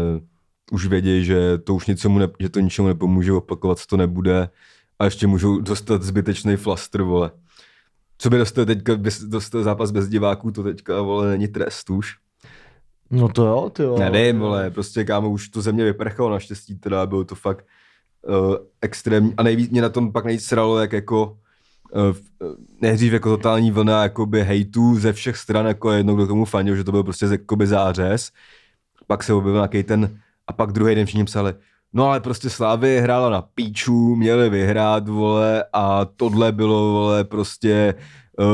S2: už vědí, že to už ničemu, ne, že to ničemu nepomůže, opakovat se to nebude a ještě můžou dostat zbytečný flastr, vole. Co by dostal teďka, bez, dostal zápas bez diváků, to teďka, vole, není trest už.
S1: No to jo, ty jo.
S2: Nevím, vole, prostě kámo, už to země vyprchalo naštěstí, teda bylo to fakt uh, extrémní. A nejvíc mě na tom pak nejvíc sralo, jak jako uh, nejdřív jako totální vlna jakoby hejtů ze všech stran, jako jedno, kdo tomu fanil, že to byl prostě jakoby zářez. Pak se objevil nějaký ten, a pak druhý den všichni psali, No ale prostě Slávy hrála na píču, měli vyhrát, vole, a tohle bylo, vole, prostě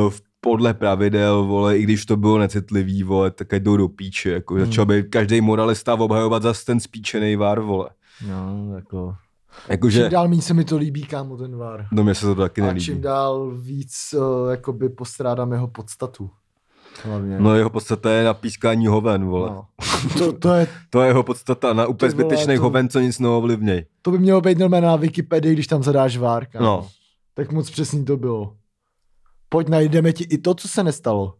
S2: uh, podle pravidel, vole, i když to bylo necitlivý, vole, tak ať jdou do píče, jako hmm. začal by každý moralista obhajovat za ten spíčený vár, vole.
S1: No, jako... Čím
S2: Jakože,
S1: dál méně se mi to líbí, kámo, ten VAR.
S2: no mně se to taky
S1: A čím
S2: nelíbí.
S1: dál víc uh, jakoby postrádám jeho podstatu. Hlavně.
S2: No jeho podstata je na pískání hoven, vole. No.
S1: No. To, to, je,
S2: To je jeho podstata, na úplně
S1: Ty vole,
S2: zbytečných
S1: to-
S2: hoven, co nic neovlivněj.
S1: to by mělo být normálně na Wikipedii, když tam zadáš VAR, kámo.
S2: No.
S1: Tak moc přesný to bylo. Pojď, najdeme ti i to, co se nestalo.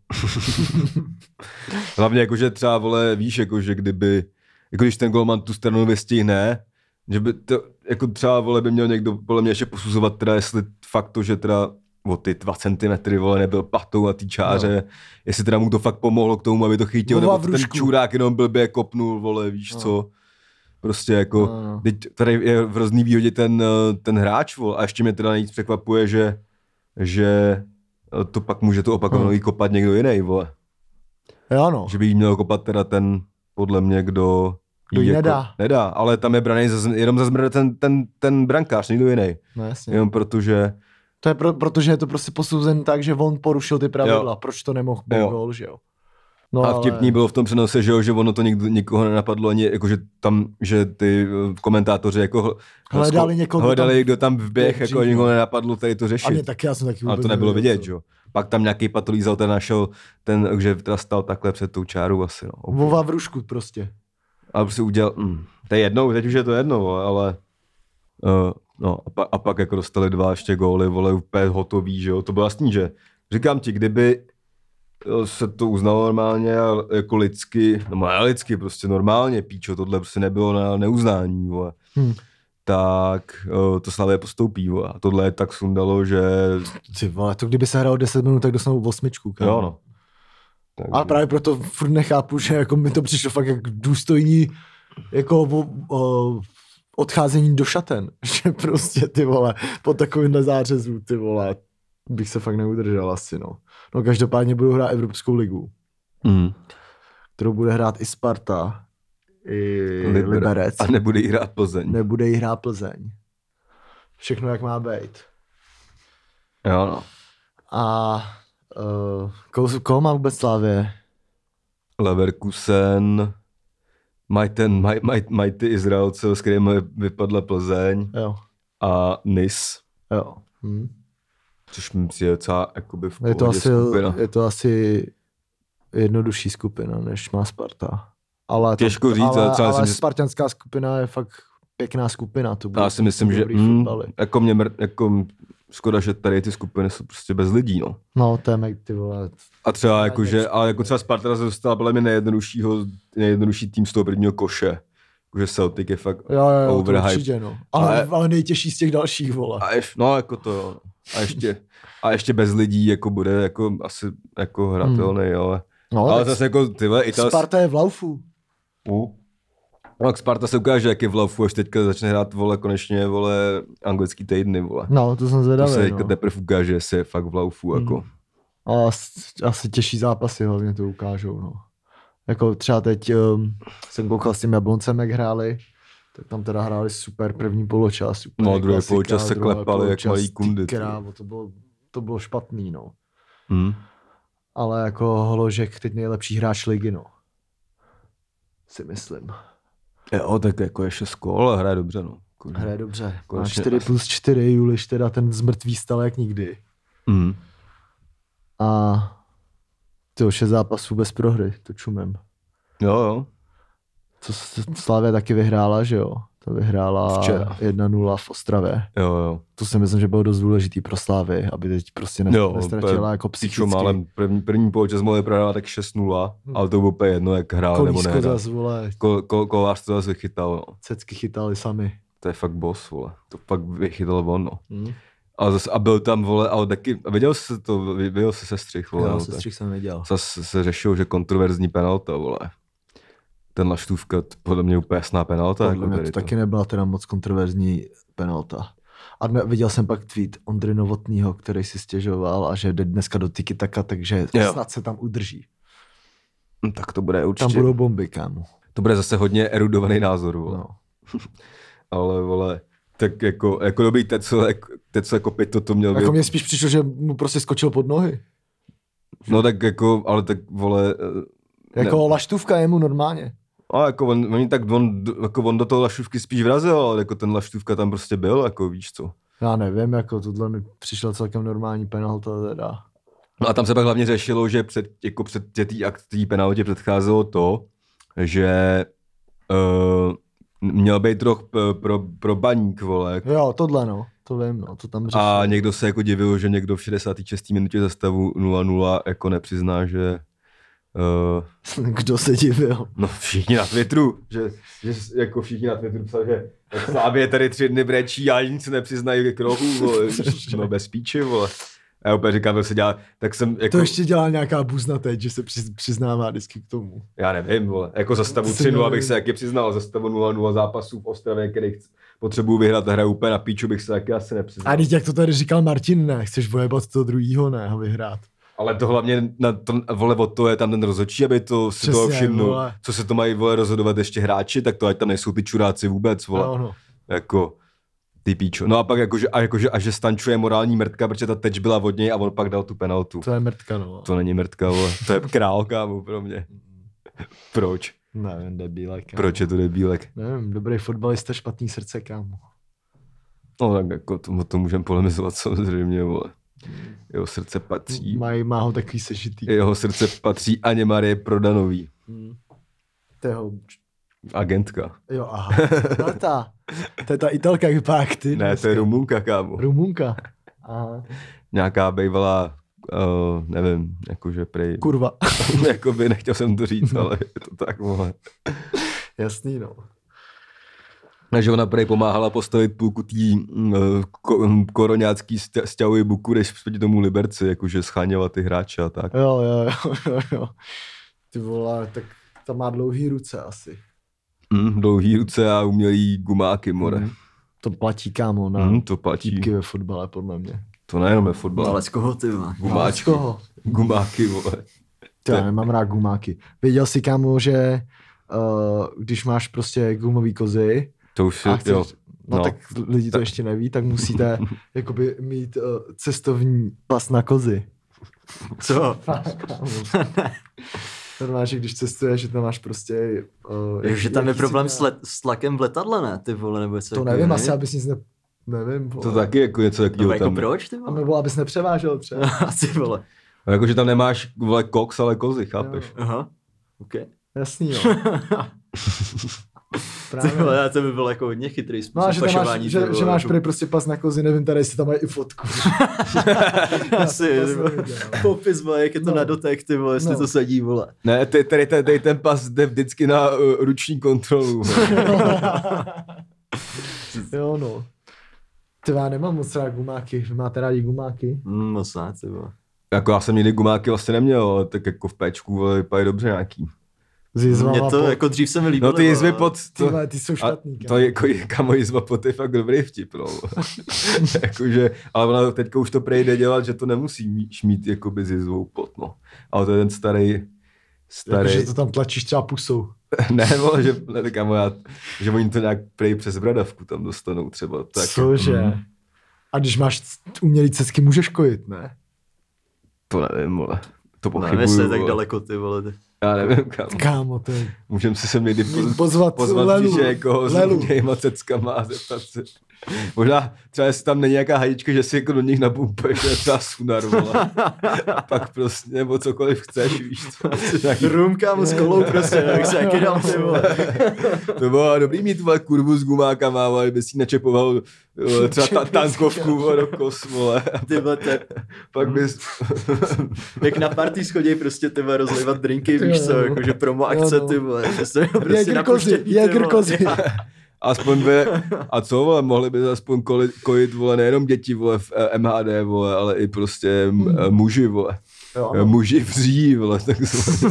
S2: Hlavně jakože třeba, vole, víš, jakože kdyby, jako když ten golman tu stranu vystihne, že by to, jako třeba, vole, by měl někdo, podle mě, ještě posuzovat teda, jestli fakt to, že teda o ty 2 cm, vole, nebyl patou na té čáře. No. Jestli teda mu to fakt pomohlo k tomu, aby to chytil,
S1: No,
S2: nebo ten
S1: Vavrušku.
S2: čurák jenom blbě kopnul, vole, víš no. co. Prostě jako, no. teď tady je v hrozný výhodě ten, eh, ten hráč, vole, a ještě mě teda nejvíc překvapuje, že, že eh, to pak může to opakovanou no. kopat někdo jiný, vole.
S1: Jo no,
S2: Že by jí měl kopat teda ten, podle mě, kdo
S1: Kdo jí
S2: jako-
S1: nedá.
S2: nedá. ale tam je braný za, jenom za zmrde ten, ten, ten brankář, nikdo jiný.
S1: no jasně.
S2: Jenom protože
S1: To je pro, protože je to prostě posouzen tak, že on porušil ty pravidla,
S2: Jo.
S1: jo. proč to nemohl být
S2: Jo.
S1: gol, že jo. No,
S2: a vtipný
S1: ale...
S2: bylo v tom přenose, že, jo, že ono to nikdo, nikoho nenapadlo, ani jako, že tam, že ty eh, komentátoři jako hl-
S1: Hledali někoho, kdo
S2: hledali,
S1: tam-
S2: kdo tam vběh,
S1: vběh
S2: jako
S1: dřív,
S2: nikoho
S1: no.
S2: nenapadlo tady to řešit.
S1: A mě taky, já jsem taky
S2: Ale
S1: vůbec
S2: to nebylo
S1: nevěděl,
S2: vidět,
S1: co.
S2: že jo. Pak tam nějaký patolízal, ten našel, ten, že teda stál takhle před tou čárou asi, no. Okay.
S1: Vova v rušku prostě.
S2: A prostě udělal, mm, to je jednou, teď už je to jednou, vole, ale uh, no a pak, a pak jako dostali dva ještě góly, vole, úplně hotový, že jo, to bylo jasný, že říkám ti, kdyby eh, se to uznalo normálně a jako lidsky, nebo ne lidsky, prostě normálně, píčo, tohle prostě nebylo na neuznání, vole.
S1: Hm.
S2: tak eh, to Slavě postoupí, vole. a tohle je tak sundalo, že
S1: Ty vole, to kdyby se hrál 10 minut, tak dostanou osmičku. kámo.
S2: jo no. Takže,
S1: Ale právě proto furt nechápu, že jako mi to přišlo fakt jak důstojní jako o, o, odcházení do šaten. Že prostě ty vole, po takovýmhle zářezu ty vole, bych se fakt neudržel asi no. No každopádně budu hrát Evropskou ligu,
S2: mm,
S1: kterou bude hrát i Sparta, i
S2: Liber-
S1: Liberec.
S2: A nebude jí hrát Plzeň.
S1: Nebude jí hrát Plzeň. Všechno jak má být.
S2: Jo no.
S1: A uh, koho, koho má vůbec Slávě?
S2: Leverkusen, mají ten, maj, maj, maj ty Izraelce, s kterými vypadla Plzeň
S1: Jo.
S2: a Nis,
S1: Jo. Hm.
S2: což mi přijde docela jakoby v
S1: Je
S2: pohodě
S1: to, asi,
S2: skupina.
S1: je to asi jednodušší skupina, než má Sparta. Ale
S2: Těžko říct,
S1: ale,
S2: ale co já
S1: ale, ale
S2: jsem si-
S1: spartianská skupina je fakt pěkná skupina. To bude
S2: Já si myslím, že
S1: dobrý
S2: mm,
S1: fotbaly.
S2: jako mě mr- jako m- škoda, že tady ty skupiny jsou prostě bez lidí, no.
S1: No, to je mek- ty vole.
S2: A třeba jako, že,
S1: nevšimnu.
S2: ale jako třeba Sparta se dostala podle mě nejjednoduššího, nejjednodušší tým z toho prvního koše. Jakože Celtic je fakt
S1: Jo, jo, jo to
S2: overhype.
S1: určitě, no. Ale,
S2: Ale-
S1: ale, ale nejtěžší z těch dalších, vole.
S2: A ješ, no, jako to jo. A ještě, a ještě bez lidí jako bude jako asi jako hratelný, hmm. ale
S1: No,
S2: Ale
S1: ale
S2: zase jako ty vole, Ital... Sparta...
S1: Sparta je v laufu.
S2: No, jak Sparta se ukáže, jak je v laufu, až teďka začne hrát, vole, konečně, vole, anglický týdny, vole.
S1: No, to jsem
S2: To se
S1: zvědavý,
S2: teďka
S1: no. Hmm.
S2: teprve ukáže, jestli je fakt v laufu, jako.
S1: A s- asi těžší zápasy hlavně to ukážou, no. Jako třeba teď um, jsem koukal s tím Jabloncem, jak hráli, tak tam teda hráli super první poločas. Super
S2: No, druhý poločas se klepali jak malí kundy, ty.
S1: Krávo, to, bylo, to bylo špatný, no.
S2: Hmm.
S1: Ale jako Holožek teď nejlepší hráč ligy, no. Si myslím.
S2: Jo, tak jako je šest kol a hraje dobře, no. Kurva.
S1: Hraje dobře. Má
S2: Konečně.
S1: 4 plus 4, Juliš teda ten zmrtvý stal jak nikdy.
S2: Hmm.
S1: A ty šest zápasů bez prohry, to čumem.
S2: Jo, jo.
S1: Co Slávě taky vyhrála, že jo? To vyhrála
S2: Včera.
S1: 1-0 v Ostravě.
S2: Jo, jo.
S1: To si myslím, že bylo dost důležitý pro Slávy, aby teď prostě ne-
S2: Jo, to
S1: nestratila
S2: je
S1: jako
S2: Píčo
S1: psychicky.
S2: málem, první, první poločas mohli prohrávat tak 6-0, ale to bylo úplně jedno, jak hrál nebo
S1: Hmm. Kolísko
S2: nehrál.
S1: zas, vole,
S2: Ko, ko, kovář to zase vychytal, no.
S1: cecky chytali sami.
S2: To je fakt boss, vole. To fakt vychytal on, no. A, zas, a byl tam, vole, ale taky, a viděl jsi to, vi- viděl jsi se střih, vole.
S1: Jo,
S2: no,
S1: se střih jsem viděl.
S2: Zase se řešil, že kontroverzní penalta, vole. Ten Laštůvka, t- podle mě úplně jasná penalta. jako
S1: Podle mě to
S2: tady
S1: taky nebyla teda moc kontroverzní penalta. A dne, viděl jsem pak tweet Ondry Novotního, který si stěžoval a že jde dneska do tiki taka, takže
S2: Jo.
S1: snad se tam udrží.
S2: Hm, Tak to bude určitě.
S1: Tam budou bomby, kámo.
S2: To bude zase hodně erudovaný názor, vole.
S1: No.
S2: Ale, vole, tak jako, jako dobrý teď, co, teď, co jako to, to měl
S1: Jako
S2: být.
S1: mně spíš přišlo, že mu prostě skočil pod nohy.
S2: No tak jako, ale tak, vole, eh,
S1: Jako ne. laštůvka je mu normálně.
S2: A jako on, oni tak, on, d- jako on do toho Laštůvky spíš vrazil, ale jako ten Laštůvka tam prostě byl, jako víš co.
S1: Já nevím, jako tohle mi přišla celkem normální penalta teda.
S2: No a tam se pak hlavně řešilo, že před, jako před tě tý, akt- tý penaltě předcházelo to, že uh, měl být roh p- pro, pro baník, vole.
S1: Jo, tohle no, to vím, no, to tam řešil.
S2: A někdo se jako divil, že někdo v 66. minutě za stavu 0-0 jako nepřizná, že uh,
S1: Kdo se divil?
S2: No všichni na Twitteru, že, že s- jako všichni na Twitteru psali, že tak Slávě tady tři dny brečí a nic nepřiznají k rohu, vole. no bez píči, vole. A já úplně říkám, že se dělá, tak jsem jako...
S1: To ještě dělá nějaká buzna teď, že se přiz- přiznává vždycky k tomu.
S2: Já nevím, vole. Jako za stavu
S1: Asi
S2: 3 0
S1: nevím.
S2: bych se taky přiznal, za stavu 0 0 zápasů v Ostravě, který chc- potřebuju vyhrát a hraju úplně na píču, bych se taky asi nepřiznal.
S1: A teď, jak to tady říkal Martin, ne, chceš vojebat toho druhýho, ne, ho vyhrát.
S2: Ale to hlavně na to, vole, o to je tam ten rozhodčí, aby to si toho
S1: Přesně,
S2: všimnul.
S1: vole.
S2: Co se to mají, vole, rozhodovat ještě hráči, tak to ať tam nejsou ty čuráci vůbec, vole.
S1: No, no.
S2: Jako, ty píčo. No a pak jakože, a jakože, a že stančuje morální mrtka, protože ta teč byla od něj a on pak dal tu penaltu.
S1: To je mrtka, no.
S2: To není mrtka, vole. To je král, kámo, pro mě. Proč?
S1: Nevím, debílek. kámo.
S2: Proč je to debílek?
S1: Nevím, dobrý fotbalista, špatný srdce, kámo.
S2: No tak jako to, o tom můžeme polemizovat samozřejmě, vole. Jeho srdce patří,
S1: Mají, má ho takový sešitý.
S2: jeho srdce patří Aně Marie Prodanový,
S1: Tého.
S2: agentka.
S1: Jo, aha. To je ta, to je ta italka, jak vypadá jak ty.
S2: Ne, to
S1: dneska.
S2: je Rumunka, kámo.
S1: Rumunka. Aha.
S2: Nějaká bývalá, uh, nevím, jakože prej,
S1: Kurva.
S2: jakoby nechtěl jsem to říct, ale je to tak, vole.
S1: Jasný, no.
S2: Takže ona prej pomáhala postavit půlku tý uh, ko, koroňácký stě- stěhový Bukureš proti tomu Liberci, jakože scháněla ty hráče a tak.
S1: Jo, jo, jo, jo, jo. Ty vole, tak ta má dlouhý ruce asi.
S2: Mm, dlouhý ruce a umělý gumáky, more.
S1: Mm. no.
S2: Mm,
S1: To platí, kámo, na
S2: mm, to platí.
S1: típky ve fotbale, podle mě.
S2: To nejenom je fotbal.
S3: Ale z koho ty vole?
S1: Ale z
S2: Gumáčky.
S1: koho?
S2: Gumáky, vole.
S1: To já nemám rád gumáky. Věděl jsi, kámo, že uh, když máš prostě gumový kozy,
S2: To už
S1: a
S2: je,
S1: chceš,
S2: jo.
S1: no,
S2: no.
S1: no tak lidi to ještě neví, tak musíte jakoby mít uh, cestovní pas na kozy.
S3: Co?
S1: Normálně, že když cestuješ, že tam máš prostě... Uh,
S3: Takže tam je problém s, let, s tlakem v letadle, ne, ty vole, nebo co? jako
S1: To nevím, asi abys nic ne... Nevím, vole.
S2: To taky jako něco
S3: No,
S2: takového
S3: jako
S2: tam. je.
S3: proč, ty
S1: A
S3: vole?
S1: nebo abys nepřevážel třeba.
S3: Asi, vole.
S2: A Jako, že tam nemáš, vole, koks, ale kozy, chápeš?
S3: Aha, OK.
S1: Jasný, jo.
S3: Ty
S1: Právě.
S3: vole, to by bylo jako hodně chytrý
S1: No a
S3: způsob
S1: že, tam máš,
S3: pašování. ty
S1: že,
S3: vole,
S1: že máš
S3: jako-
S1: prý prostě pas na kozy, nevím tady, jestli tam mají i fotku.
S3: Asi,
S1: Já to
S3: ty vole.
S1: neviděl.
S3: popis, vole, jak je to
S1: No.
S3: na dotek, ty vole, jestli
S1: No.
S3: to sadí, vole.
S2: Ne, ty- tady, tady, tady ten pas jde vždycky na uh, ruční kontrolu.
S1: jo, no. Ty já nemám moc rád gumáky. Vy máte rádi gumáky?
S3: Mm, moc ne, ty vole.
S2: jako já jsem nikdy gumáky vlastně neměl, ale tak jako v péčku, vole, vypadají dobře nějaký.
S1: Zjizvám
S3: Mě to, jako dřív se mi líbilo.
S2: No ty jizvy
S3: vole.
S2: pod...
S1: Ty
S2: To,
S1: vole, ty jsou
S2: a
S1: špatný.
S2: to
S1: kámo.
S2: je jako je, kamo jizva pod je fakt dobrý vtip, no. Jakože, ale ona teďka už to prejde dělat, že to nemusí mít, mít jakoby s jizvou pod, no. Ale to je ten starý,
S1: Jako,
S2: starý,
S1: že to tam tlačíš třeba pusou.
S2: Ne, vole, že, ne, tak kámo, já, že oni to nějak prej přes bradavku tam dostanou třeba. Tak,
S1: Cože?
S2: Mm,
S1: A když máš c- umělý cecky, můžeš kojit, ne?
S2: to nevím, vole. To
S3: No,
S2: pochybuju.
S3: nevím, jestli je tak
S2: vole.
S3: daleko, ty vole. ty.
S2: Já nevím, kámo.
S1: Kámo, to je...
S2: Můžem si sem někdy poz,
S1: Pozvat
S2: pozvat
S1: Lelu.
S2: Lelu. někoho s
S1: Lelu.
S2: nějakýma ceckama a zeptat se. Možná třeba jestli tam není nějaká hajíčka, že si jako do nich napumpeš, že třeba sunar, vole. A pak prostě, nebo cokoliv chceš, víš co. Nějaký,
S3: Rum, kámo, s kolou prostě, tak se jaký dal, ty vole.
S2: to bylo dobrý mít vole kurvu s gumákama, ale kdyby si načepoval vole, třeba ta, tankovku vole, do kos, vole.
S3: Ty vole, to je-
S2: Pak bys...
S3: jak na party schodí prostě ty vole rozlivat drinky,
S1: Ty
S3: víš
S1: jo,
S3: co,
S1: no.
S3: jakože promo
S1: Jo,
S3: akce,
S1: no.
S3: ty vole. Prostě, prostě
S1: Jäger kozy,
S3: napuštění, ty
S1: Jäger
S3: vole.
S1: kozy.
S2: Aspoň by, a co vole, mohli by aspoň koli- kojit vole nejenom děti vole v eh, MHD vole, ale i prostě m- eh, muži vole.
S1: Jo,
S2: Eh, Muži v říji vole, takzvaně.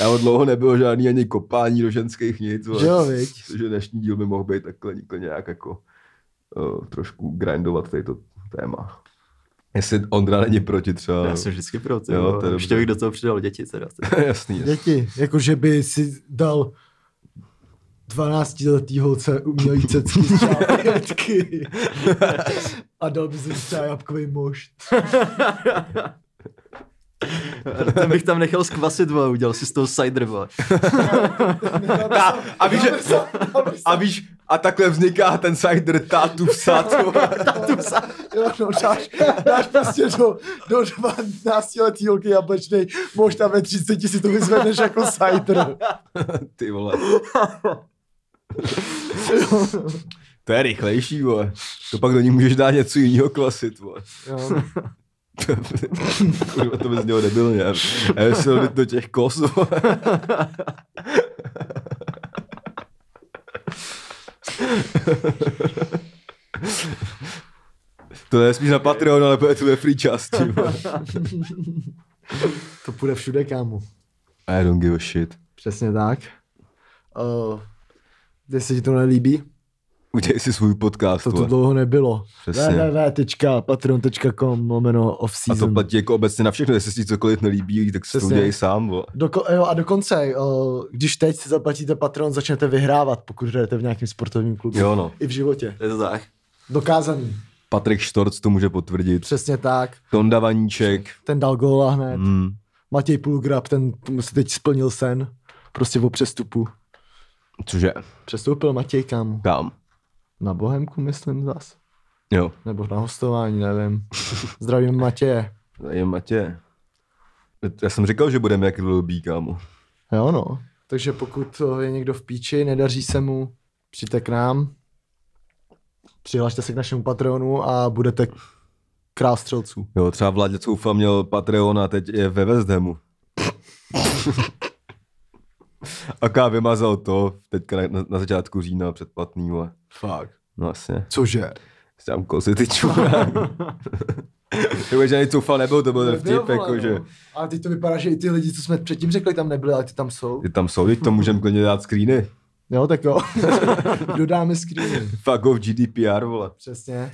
S2: Já dlouho nebylo žádný ani kopání do ženských nic. Vole.
S1: Že jo, viď?
S2: Což je dnešní díl by mohl být takhle někdo nějak jako uh, trošku grindovat tady to téma. Jestli Ondra není proti třeba.
S3: No, Já jsem vždycky pro, ty
S2: Jo,
S3: vole.
S2: to je
S3: Ještě
S2: dobře.
S3: bych do toho přidal děti teda. ty.
S2: jasný, jasný.
S1: Děti, jakože by si dal 12-letý holce umělý cecky z čápětky a dal by si třeba jabkový mošt.
S3: Ten bych tam nechal zkvasit, vole, udělal si z toho cider, vole.
S2: A, a, víš, že, a víš, a takhle vzniká ten cider tátu vsad. vole.
S1: Jo, no, dáš, dáš prostě do, do 12 letý holky jablečnej, možná ve 30 si to vyzvedneš jako cider.
S2: Ty vole. To je rychlejší, vole. To pak do ní můžeš dát něco jiného klasit, vole.
S1: Jo,
S2: Kurva, to by znělo debilně. Já jestli do těch kos, vole. To je spíš na Patreon, ale bude to ve free části.
S1: To půjde všude, kámo.
S2: I don't give a shit.
S1: Přesně tak. Uh, jestli ti to nelíbí,
S2: Udělej si svůj podcast.
S1: to tu
S2: vole.
S1: dlouho nebylo.
S2: Přesně.
S1: www.patreon.com lomeno
S2: A to
S1: off-season.
S2: platí jako obecně na všechno, jestli si ti cokoliv nelíbí, tak si to
S1: Přesně.
S2: udělej sám, vole.
S1: Doko, jo, a dokonce, uh, když teď si zaplatíte Patreon, začnete vyhrávat, pokud hrajete v nějakém sportovním klubu.
S2: Jo, no.
S1: I v životě.
S3: Je to tak.
S1: Dokázaný.
S2: Patrik Štorc to může potvrdit.
S1: Přesně tak.
S2: Tonda Vaníček.
S1: Ten dal góla hned. Mm.
S2: Hmm.
S1: Matěj Pulgrab, ten tomu se teď splnil sen. Prostě o přestupu.
S2: Cože?
S1: Přestoupil Matěj kam?
S2: Kam?
S1: Na Bohemku, myslím zas.
S2: Jo.
S1: Nebo na hostování, nevím. Zdravím Matěje.
S2: Tady je Matě. Já jsem říkal, že budeme jak blbý, kámo.
S1: Jo no. Takže pokud eh, je někdo v píči, nedaří se mu, přijďte k nám. Přihlašte se k našemu Patreonu a budete král střelců.
S2: Jo, třeba Vládě Coufa měl Patreon a teď je ve West Hamu. a K vymazal to teďka na, na, na začátku října předplatný, ale
S1: Fakt.
S2: no jasně.
S1: Cože?
S2: Sám kosy ty čurák. Nebo žádný Coufa nebyl, to byl ten vtip, jako, že
S1: no. Ale teď to vypadá, že i ty lidi, co jsme předtím řekli, tam nebyli, ale ty tam jsou.
S2: je tam jsou, teď to můžeme klidně dát screeny.
S1: Jo, tak jo. Dodáme screeny.
S2: Fuck off GDPR, vole.
S1: Přesně.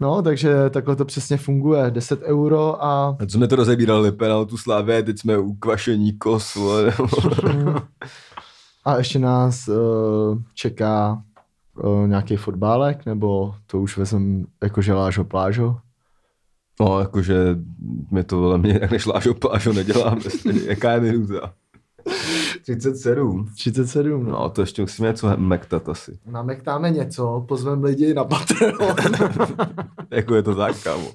S1: No, takže takhle to přesně funguje. 10 euro a
S2: A co jsme to rozebírali, penaltu Slávě, teď jsme u kvašení kos, vole.
S1: A ještě nás uh, čeká uh, nějaký fotbálek, nebo to už vezmem jako že lážo plážo.
S2: No, jakože my to vole mě jak nešlážo plážo neděláme. stejně. Jaká je minuta? 37.
S1: 37, no.
S2: No, to ještě musíme něco mektat asi.
S1: Namektáme něco, pozvem lidi na Patreon.
S2: Jako je to tak, kámo.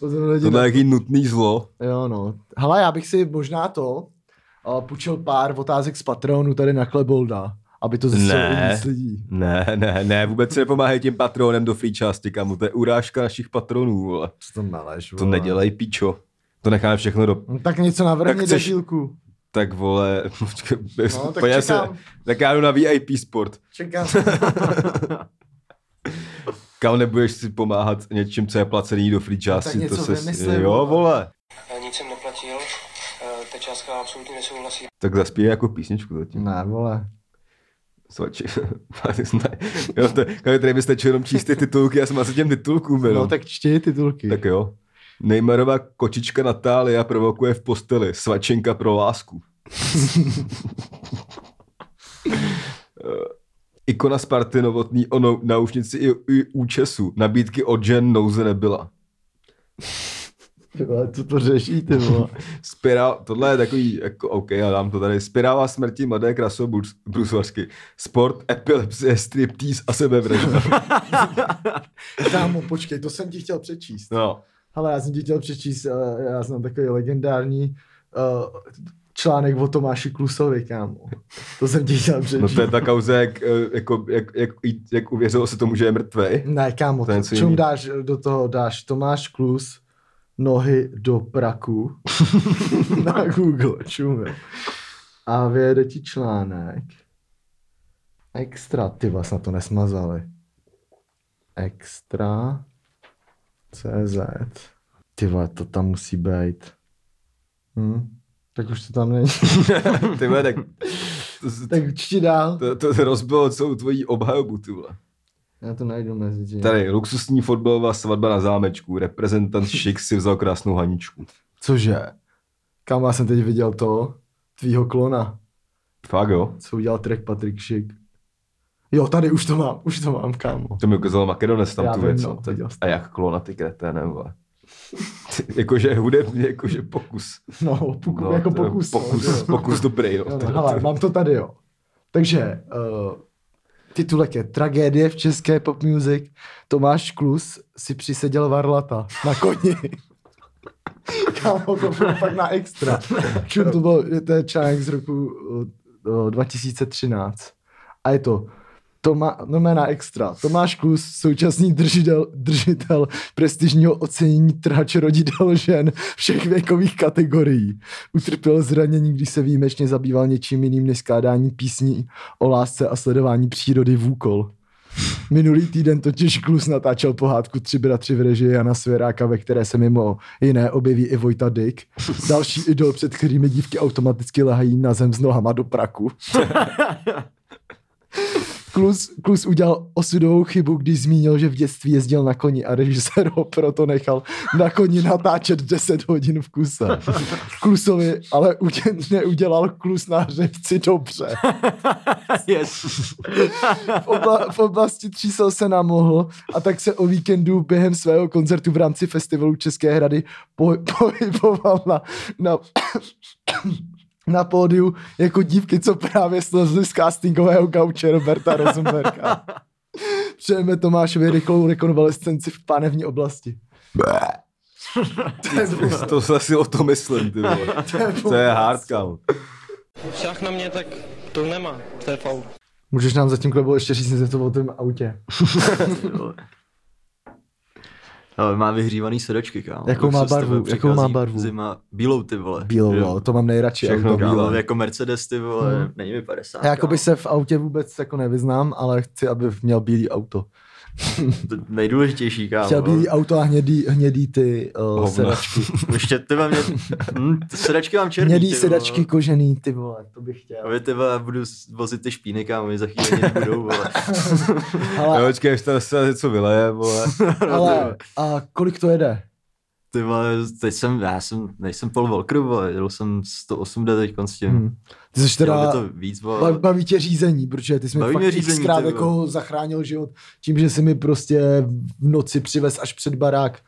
S1: pozvem lidi
S2: Tohle
S1: na...
S2: je jaký nutný zlo.
S1: Jo, no. Hele, já bych si možná to uh, půjčil pár otázek z Patreonu tady na Klebolda, aby to zjistilo
S2: Ne.
S1: i víc lidí.
S2: Ne, ne, ne, vůbec si nepomáhej tím patronem do free části, kámo. To je urážka našich patronů, vole.
S1: Co to meleš,
S2: To nedělej, pičo. To necháme všechno do...
S1: No, tak něco navrhni
S2: Tak
S1: tak
S2: chceš-
S1: chceš... dílku.
S2: Tak vole, počkej,
S1: No, tak
S2: pojďme
S1: čekám.
S2: tak já jdu na VIP sport.
S1: Čekám.
S2: Kam nebudeš si pomáhat něčím, co je placený do free části.
S1: No, něco
S2: to se...
S1: vymysli,
S2: jo,
S1: vole.
S2: vole.
S5: Nic jsem neplatil, eh, ta částka absolutně nesouhlasí.
S2: Tak zaspívej jako písničku zatím.
S1: ne, vole.
S2: Svači. jo, to, kamy, tady by stačilo jenom číst ty titulky, já jsem asi těm titulkům byl.
S1: No, tak čti titulky.
S2: tak jo. Neymarová kočička Natália provokuje v posteli. Svačinka pro lásku. Eh, Ikona Sparty novotný o nou, náušnici i, i účesu. Nabídky od žen nouze nebyla.
S1: Ty vole, co to řeší, ty vole.
S2: Spirál, tohle je takový, jako, OK, já dám to tady. Spirála smrti mladé krasobruslařky. Sport, epilepsie, striptease a sebevražda.
S1: Kámo, počkej, to jsem ti chtěl přečíst.
S2: No.
S1: Ale já jsem ti chtěl přečíst, eh, já znám takový legendární eh, článek o Tomáši Klusovi, kámo. To jsem ti chtěl přečíst.
S2: No to je ta kauza, jak, eh, jako, jak, jak, jak uvěřilo se tomu, že je mrtvej.
S1: Ne, kámo,
S2: to je
S1: to
S2: něco
S1: čemu
S2: jiný.
S1: dáš do toho? Dáš Tomáš Klus nohy do praku na Google, čum, jo. A vyjede ti článek. Extra, ty vás na to nesmazali. Extra. CZ. Ty vole, to tam musí být. Hm? Tak už to tam není.
S2: Ty vole, tak to,
S1: tak čti dál.
S2: to, to, to rozbilo celou tvojí obhajobu, ty vole.
S1: Já to najdu mezi tím.
S2: Tady, luxusní fotbalová svatba na zámečku. Reprezentant Šik si vzal krásnou Haničku.
S1: Cože? Kámo, já jsem teď viděl to, tvýho klona,
S2: Fakt jo?
S1: co udělal track Patrick Schick. Jo, tady už to mám, už to mám, kámo.
S2: To mi ukázal Makedonec tam
S1: Já
S2: tu
S1: vím,
S2: věc.
S1: no,
S2: no. To-
S1: viděl jsem.
S2: A jak klona, ty kreténe, vole. Ty, jakože hudebně, jakože pokus.
S1: No, poku,
S2: No,
S1: no, jako
S2: to je
S1: pokus.
S2: Pokus,
S1: no, že jo.
S2: pokus dobrý, no.
S1: Jo,
S2: to-
S1: no, hele, mám to tady, jo. Takže, uh, titulek je Tragédie v české pop music. Tomáš Klus si přiseděl varlata na koni. Kámo, to bylo fakt na extra. Čum, to bylo, to je článek z roku uh, 2013. A je to Toma, no jména extra. Tomáš Klus, současný držitel, držitel prestižního ocenění trhač rodidel žen všech věkových kategorií. Utrpěl zranění, když se výjimečně zabýval něčím jiným než skládání písní o lásce a sledování přírody v úkol. Minulý týden totiž Klus natáčel pohádku Tři bratři v režii Jana Svěráka, ve které se mimo jiné objeví i Vojta Dyk, další idol, před kterými dívky automaticky lehají na zem s nohama do praku. Klus, Klus udělal osudovou chybu, když zmínil, že v dětství jezdil na koni a režisér ho proto nechal na koni natáčet 10 hodin v kuse. Klusovi ale udě- neudělal klus na hřebci dobře.
S3: yes.
S1: V, obla- v oblasti čísel se namohl a tak se o víkendu během svého koncertu v rámci festivalu České hrady po- pohyboval na, na, na pódiu jako dívky, co právě slezly z castingového gauče Roberta Rosenberga. Přejeme Tomášovi rychlou rekonvalescenci v panevní oblasti.
S2: to se si o to myslím, ty vole. To je hard, kámo.
S5: Šach na mě, tak to nemá, to je faul.
S1: Můžeš nám zatím, Klebo, ještě říct něco o tom autě.
S3: Ale má vyhřívaný sedačky, kámo.
S1: Jakou má
S3: Luxus tebe
S1: barvu?
S3: přichází
S1: Jakou má barvu?
S3: Zima, bílou ty vole.
S1: Bílou,
S3: Jo.
S1: jo, to mám nejradši.
S2: Všechno
S1: auto.
S2: bílé.
S3: Bílou, jako Mercedes ty vole,
S1: Hmm.
S3: není mi 50.
S1: Já jakoby
S3: kámo.
S1: se v autě vůbec jako nevyznám, ale chci, aby měl bílý auto.
S3: To je nejdůležitější, kámo.
S1: Chtěl bílý auto a hnědý, hnědý ty uh,
S2: Hovna.
S1: sedačky.
S3: Ještě ty ve mě, hm, ty sedačky mám černý.
S1: Hnědý
S3: ty vole.
S1: sedačky kožený, ty vole, to bych chtěl.
S3: Aby ty vole, budu vozit ty špíny, kámo, mi za chvíli nebudou, vole.
S2: Jo,
S1: Ale,
S2: počkej, až tam se něco vyleje, vole.
S1: ale a kolik to jede?
S3: Ty vole, teď jsem, já jsem, nejsem Paul Walker, vole, jel jsem 180 teď s tím. Hmm.
S1: Hmm. Ty jsi
S3: Teda...
S1: teda...
S3: to víc, vole.
S1: ba- Baví tě řízení, protože ty jsi mi
S3: Baví mě
S1: fakt
S3: řízení,
S1: xkrát
S3: ty vole.
S1: jako zachránil život tím, že jsi mi prostě v noci přivez až před barák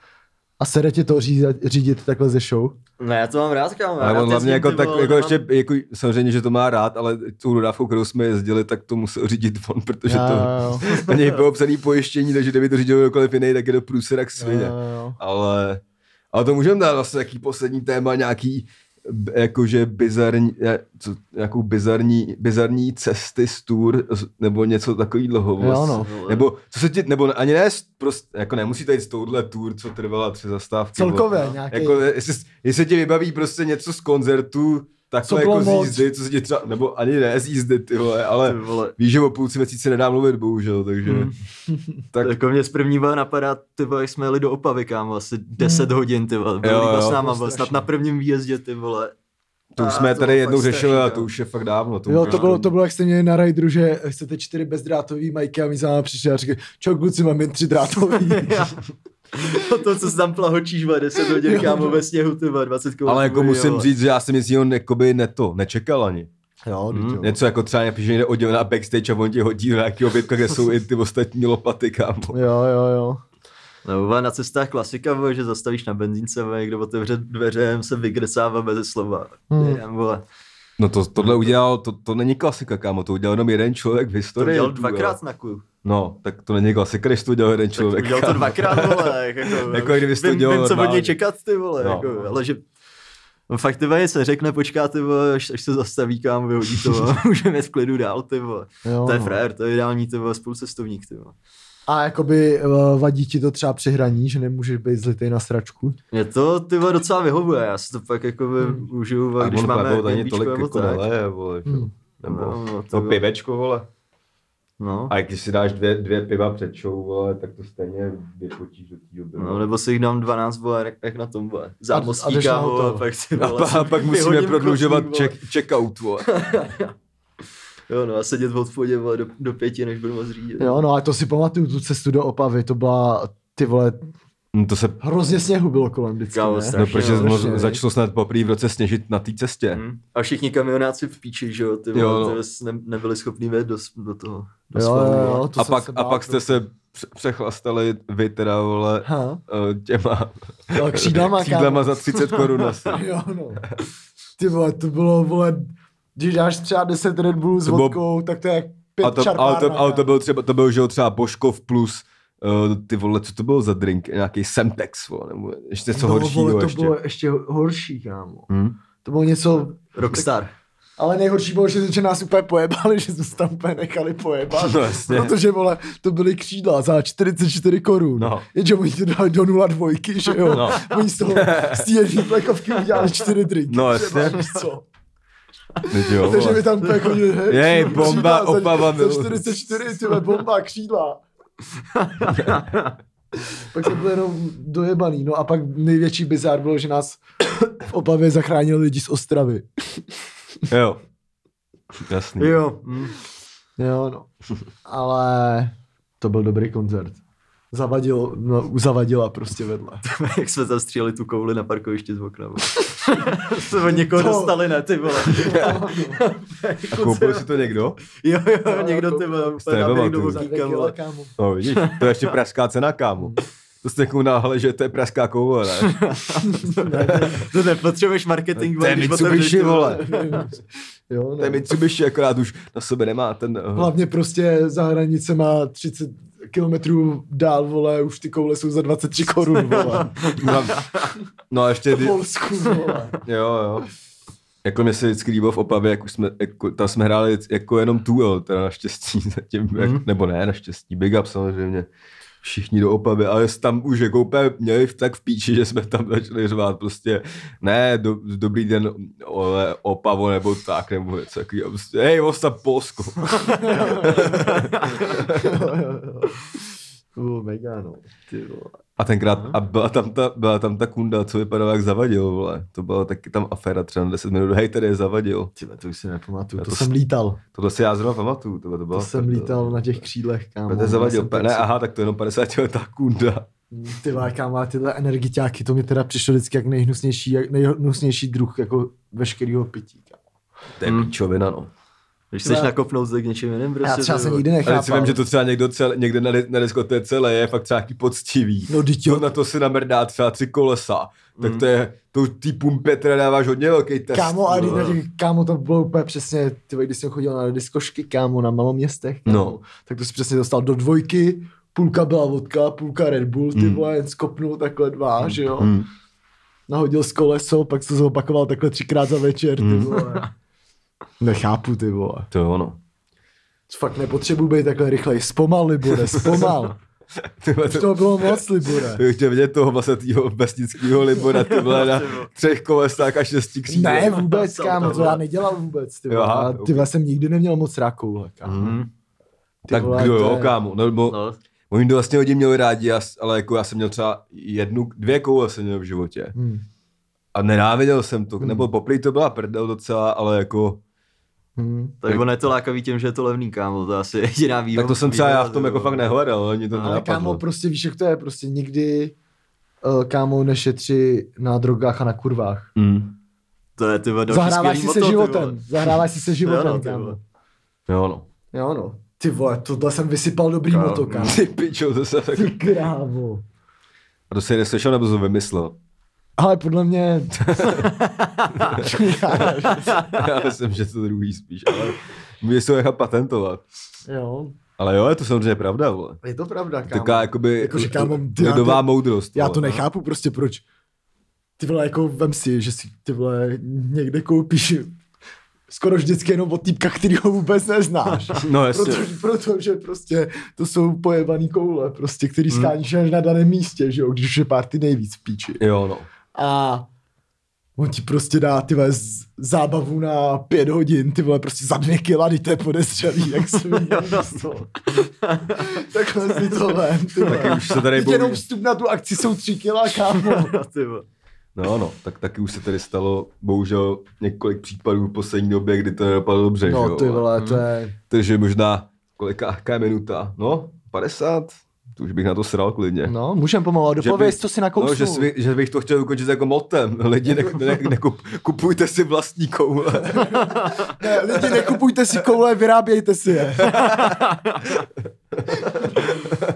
S1: a sere tě to řídit, řídit takhle ze show.
S3: Ne, já to mám rád, kámo. já
S2: Ale
S3: rád
S2: on hlavně
S3: jezdím,
S2: jako,
S3: ty
S2: tak,
S3: vole,
S2: jako
S3: mám-
S2: ještě, jako, samozřejmě, že to má rád, ale tou dodávkou, kterou jsme jezdili, tak to musel řídit on, protože
S1: Já-
S2: to na něj bylo obsané pojištění, takže kdyby to řídil kdokoliv jiný, tak je do průsera k
S1: jo,
S2: svině.
S1: jo.
S2: Ale, ale to můžeme dát vlastně nějaký poslední téma, nějaký b- jakože bizarní, eh, co, nějakou bizarní, bizarní cesty z tour, z- nebo něco takový
S1: Jo,
S2: dlouho.
S1: no.
S2: Nebo, co se ti, nebo ani ne, s- prostě, jako nemusíte jít s touhle tour, co trvala tři zastávky.
S1: Celkově
S2: nebo-
S1: nějaký-
S2: Jako, jestli, jestli ti vybaví prostě něco z koncertu,
S1: Co
S2: takhle
S1: bylo
S2: jako z
S1: moc.
S2: jízdy, co se ti třeba, nebo ani ne z jízdy, ty vole, ale
S3: Ty vole.
S2: víš, že o půlci věcí se nedá mluvit, bohužel, takže...
S3: Hmm.
S2: Tak,
S3: Jako mě z první vole napadá, ty vole, jak jsme jeli do Opavy, kámo, asi 10 hodin, ty vole,
S2: Hmm. Jo,
S3: byl
S2: jo.
S3: s náma,
S1: To
S3: vole, snad
S1: strašný.
S3: na prvním výjezdě, ty vole.
S2: to už
S3: A
S2: jsme
S3: to
S2: tady
S3: bylo
S2: jednou
S3: fakt
S2: řešili
S3: strašný,
S2: a to už je fakt dávno. To
S1: Jo,
S2: už prostě-
S1: to
S2: je-
S1: bylo, to bylo, jak jste měli na rajdru, že chcete čtyři bezdrátový majky a my za vámi přišli a říkali, čo kluci, mám jen tři drátový.
S2: Mhm,
S3: To, to, co se tam plahočíš, vole, 10 hodin, kámo, ve sněhu, ty vole, 20 km.
S2: Ale jako musím říct, že já jsem nic jiného jakoby neto, nečekal ani.
S1: jo,
S3: Mm.
S1: mm.
S2: Něco jako třeba napíše někde odělená backstage a on ti hodí do nějakého větka, kde jsou i ty ostatní lopaty, kámo.
S1: jo, jo, jo.
S3: No, vole, na cestách klasika, vole, že zastavíš na benzínce, vole, někdo otevře dveře, se vygresává bez slova.
S1: Hmm.
S3: Jdem, vole.
S2: No to, tohle udělal, to, to není klasika, kámo, to udělal jenom jeden člověk v
S3: To
S2: historii.
S3: udělal
S2: ty
S3: dvakrát
S2: vole.
S3: na kuju.
S2: No, tak to není klasika, když to udělal jeden
S3: Tak
S2: člověk.
S3: udělal to
S2: kámo.
S3: dvakrát, vole. jak Jako,
S2: Jako kdyby jsi to
S3: vím,
S2: dělal
S3: vím, co od
S2: normálně.
S3: něj čekat, ty vole.
S2: No.
S3: No. Jako, ale že No fakt ty vole, se řekne, počká ty vole, až, až se zastaví kam, vyhodí to a můžeme jít v klidu dál, ty vole.
S1: jo. no.
S2: No.
S3: To je frajer, to je ideální ty vole, spolucestovník, ty vole.
S1: A jakoby eh, vadí ti to třeba při hraní, že nemůžeš být zlitý na sračku?
S3: Mě to ty vole docela vyhovuje, já si to pak jako hmm. užiju, vole,
S2: A
S3: když
S2: on
S3: máme
S2: Pavel tady
S3: gambíčko
S2: tolik
S3: nebo
S2: jako
S3: tak.
S2: neleje, vole, že jo.
S1: Hmm.
S2: Nebo
S3: No, no, ty
S2: to
S3: vole.
S2: pivečko, vole.
S3: No.
S2: A když si dáš dvě, dvě piva před show, vole, tak to stejně vypotíš do té doby.
S3: No, nebo si jich dám 12, vole, jak, jak na tom, vole.
S1: a jdeš
S3: Zámostí,
S1: na
S3: kámo,
S1: auto.
S3: a pak si,
S2: A,
S3: vole,
S2: pa, a
S3: si
S2: pak musíme
S3: vyhodím
S2: prodlužovat
S3: kotlík, vole.
S2: check, check-out, vole.
S3: Jo, no a sedět v hospodě, vole, do, do pěti, než budu moc řídit.
S1: Jo, no a to si pamatuju, tu cestu do Opavy, to byla, ty vole,
S2: No, to se...
S1: hrozně sněhu bylo kolem vždycky,
S3: Kámo,
S1: ne?
S3: strašně.
S2: No, protože
S1: strašně,
S2: mo-
S1: ne?
S2: začalo snad poprvé v roce sněžit na té cestě.
S3: Hm? A všichni kamionáci v píči, že jo, ty vole,
S2: Jo, no.
S3: ty vole, s- ne, nebyli schopni vjet do, s- do toho. Do
S1: Jo,
S3: svahu,
S1: jo,
S3: vole.
S1: jo, to
S2: a,
S1: jsem
S2: pak,
S1: se
S2: a
S1: bál, prostě.
S2: pak
S1: to-
S2: jste se pře- přechlastali vy teda, vole,
S1: Ha?
S2: eh, těma
S1: Jo, křídlama,
S2: křídlama
S1: kámo.
S2: za 30 korun asi.
S1: Jo, no. Ty vole, to bylo, vole, když dáš třeba 10 Red Bullů s
S2: To bylo-
S1: vodkou, tak to je jak pět
S2: A to, ale, to, ale to byl třeba, to byl, že jo, třeba Boškov plus, eh, ty vole, co to bylo za drink? Nějaký Semtex, vole, nebo ještě něco horšího
S1: No, to
S2: ještě.
S1: bylo ještě horší, kámo.
S2: Hm?
S1: To bylo něco,
S3: Rockstar.
S1: ale nejhorší bylo, že, že nás úplně pojebali, že jsme se tam úplně nechali pojebat.
S2: No, jasně.
S1: Protože, vole, to byly křídla za 44 korun.
S2: No.
S1: Jenže oni to dali do 0,2, že jo?
S2: No.
S1: Oni z toho, z té jedné plekovky udělali čtyři drinky.
S2: No,
S1: třeba,
S2: jasně.
S1: víš co?
S2: Teď No, jo,
S1: Takže
S2: vole.
S1: mi tam úplně chodili, jako hej,
S2: Jej,
S1: křídla
S2: bomba,
S1: za-
S2: Opava,
S1: za
S2: miluji.
S1: 44, ty vole, bomba, křídla. pak jsme byli jenom dojebaný. No a pak největší bizár bylo, že nás v Opavě zachránili lidi z Ostravy.
S2: Jo. Jasný.
S3: Jo. Hm.
S1: Jo, no. Ale to byl dobrý koncert. Zavadil, no, zavadila prostě vedle.
S3: Jak jsme tam stříleli tu kouli na parkovišti z okna. vole. jsme od někoho
S1: To-
S3: dostali, ne, ty vole.
S2: A koupil si to někdo?
S3: Jo, jo,
S1: Jo,
S3: někdo
S1: to-
S3: ty vole, úplně
S2: Steve
S3: tam někdo
S2: Martin.
S3: bokýka, vole.
S2: No vidíš, to je ještě pražská cena, kámo. To jste jako náhle, že to je pražská koule, ne?
S3: To nepotřebuješ marketing,
S2: To je
S3: když otevřeš
S2: Mitsubishi,
S3: tu-
S2: vole.
S1: jo, no.
S2: To je Mitsubishi, akorát už na sebe nemá ten... eh,
S1: Hlavně prostě za hranice má 30 kilometrů dál, vole, už ty koule jsou za 23 korun, vole.
S2: No, no a ještě...
S1: V
S2: Ty,
S1: Polsku, vole.
S2: Jo, jo. Jako mě se vždycky líbilo v Opavě, jak už jsme, jako, tam jsme hráli jako jenom duo, teda naštěstí, zatím, mm.
S1: Mhm.
S2: jak, nebo ne naštěstí, big up samozřejmě, všichni do Opavy, ale s- tam už jako úplně měli v- tak v píči, že jsme tam začali řvát prostě, ne, do, dobrý den, ole, Opavo, nebo tak, nebo něco takového, prostě, hej, osta Polsko.
S1: Jo, jo, jo. To bylo mega, no. Ty vole.
S2: A tenkrát, a byla tam ta, byla tam ta kunda, co vypadala jak zavadil, vole. to byla taky tam aféra třeba na 10 minut, hej, tady je zavadil.
S1: Tyhle, to už si nepamatuju.
S2: Já
S1: To,
S2: to
S1: jsem
S2: s-
S1: lítal.
S2: Tohle si já zrovna pamatuju, tohle to
S1: To
S2: bylo.
S1: jsem lítal na těch křídlech, kámo.
S2: Petr zavadil,
S1: Já jsem
S2: pe- ne,
S1: tak- Mm,
S2: aha, tak to je jenom 50 letá kunda.
S1: Ty vole, kámo, a tyhle energiťáky, to mi teda přišlo vždycky jak nejhnusnější, jak nejhnusnější druh jako veškerého pití, kámo.
S2: To
S1: Hmm.
S2: je píčovina, no.
S3: Když chceš nakopnout se k něčím jiným, prostě.
S1: Já třeba
S3: ty
S1: se
S3: vole.
S1: nikdy
S2: Ale si
S1: nechápal.
S2: vím, že to třeba někdo cel, někde na, di- na diskotéce leje, fakt třeba nějaký poctivý.
S1: No, dyť jo.
S2: To Na to si namrdá třeba tři kolesa. Tak to je, to týpům Petra dáváš hodně velký test. no.
S1: Kámo, a
S2: ty
S1: když
S2: vole.
S1: na těch, kámo, to bylo úplně přesně, ty, vole, když jsem chodil na diskošky, kámo, na maloměstech, kámo,
S2: No.
S1: tak to jsi přesně dostal do dvojky, půlka byla vodka, půlka Red Bull,
S2: Hmm.
S1: ty vole, jen skopnul takhle dva, že jo. Nahodil z koleso, pak se zopakoval takhle třikrát za večer,
S3: Hmm.
S1: ty vole. Nechápu, ty vole.
S2: To no. je ono.
S1: Fakt nepotřebuji být takhle rychlej. Zpomal, Libore, zpomal.
S2: Ty vole,
S1: Už
S2: to-
S1: to bylo moc, Libore.
S2: to bych chtěl vidět toho vlastně vlastního vesnického Libora, ty vole, na třech kolesách a šesti křídlech.
S1: Ne, vůbec,
S3: Co
S1: kámo,
S3: to
S1: to já
S3: bylo?
S1: nedělal vůbec, ty
S2: Jo,
S1: vole.
S2: aha,
S1: A Ty vole, jsem nikdy neměl moc rakoule, kámo.
S3: Hmm.
S2: Hmm.
S1: ty
S2: Tak
S1: vole,
S2: kdo
S1: to
S2: jo,
S1: je-
S2: kámo, nebo
S3: No,
S2: Oni to vlastně lidi měli rádi, já, s- ale jako já jsem měl třeba jednu, dvě koule jsem měl v životě.
S1: Hmm.
S2: A nenáviděl jsem to, nebo poprvé to byla prdel docela, ale jako,
S1: Hm.
S3: tak ono je to lákavý tím, že je to levný, kámo, to je asi jediná výhoda.
S2: tak to jsem třeba já v tom
S3: výhoda,
S2: jako
S3: ty
S2: fakt
S3: vole.
S2: nehledal, ani
S3: No,
S2: to
S1: Ale kámo,
S2: nenapadlo.
S1: prostě víš, jak to je, prostě nikdy uh, kámo nešetři na drogách a na kurvách.
S2: Mm.
S3: To je ty vole, další
S1: Zahráváš si
S3: skvělý
S1: se
S3: moto, ty vole.
S1: životem, zahráváš si se
S3: Jo, no,
S1: životem,
S3: ty vole.
S1: kámo.
S2: Jo no.
S1: Jo no. Ty vole, tohle jsem vysypal dobrý
S3: Kámo.
S1: moto, kámo.
S2: Ty pičo, to se tak...
S1: Ty krávo.
S2: A to si neslyšel nebo jsi to vymyslel?
S1: Ale podle mě... Já nevím.
S2: Já myslím, že to druhý spíš, ale můžeš to nechat patentovat.
S1: jo,
S2: Ale jo, je to samozřejmě pravda, vole.
S1: je to pravda, kámo.
S2: Taková jakoby
S1: Jako, že, kámo, ty-
S2: lidová
S1: já to-
S2: moudrost.
S1: Já
S2: vole. no.
S1: to nechápu prostě, proč. Ty vole, jako vem si, že si ty vole někde koupíš skoro vždycky jenom od týpka, který ho vůbec neznáš.
S2: No jasně.
S1: Protože, protože prostě to jsou pojebaný koule, prostě, který skáníš až na daném místě, že jo, když už je party nejvíc v píči.
S2: Jo no.
S1: A on ti prostě dá, ty vole, z- zábavu na pět hodin, ty vole, prostě za dvě kila, teď to je podezřelý, jak se mi Takhle si to vem, ty vole.
S2: Taky už se tady
S1: Teď jenom
S2: bojí.
S1: vstup na tu akci jsou tři kila, kámo.
S3: No, ty vole.
S2: No, no, tak taky už se tady stalo bohužel několik případů v poslední době, kdy to nedopadlo dobře, že
S1: No
S2: jo?
S1: ty vole, to je...
S2: Takže možná kolika, jaká je minuta? No, 50? To už bych na to sral klidně.
S1: No, můžem pomalu, dopověz, co si nakousnul.
S2: No, že, svi, že, bych to chtěl ukončit jako motem. Lidi, ne, ne, ne, kup, kupujte si vlastní koule.
S1: Ne, lidi, nekupujte si koule, vyrábějte si je.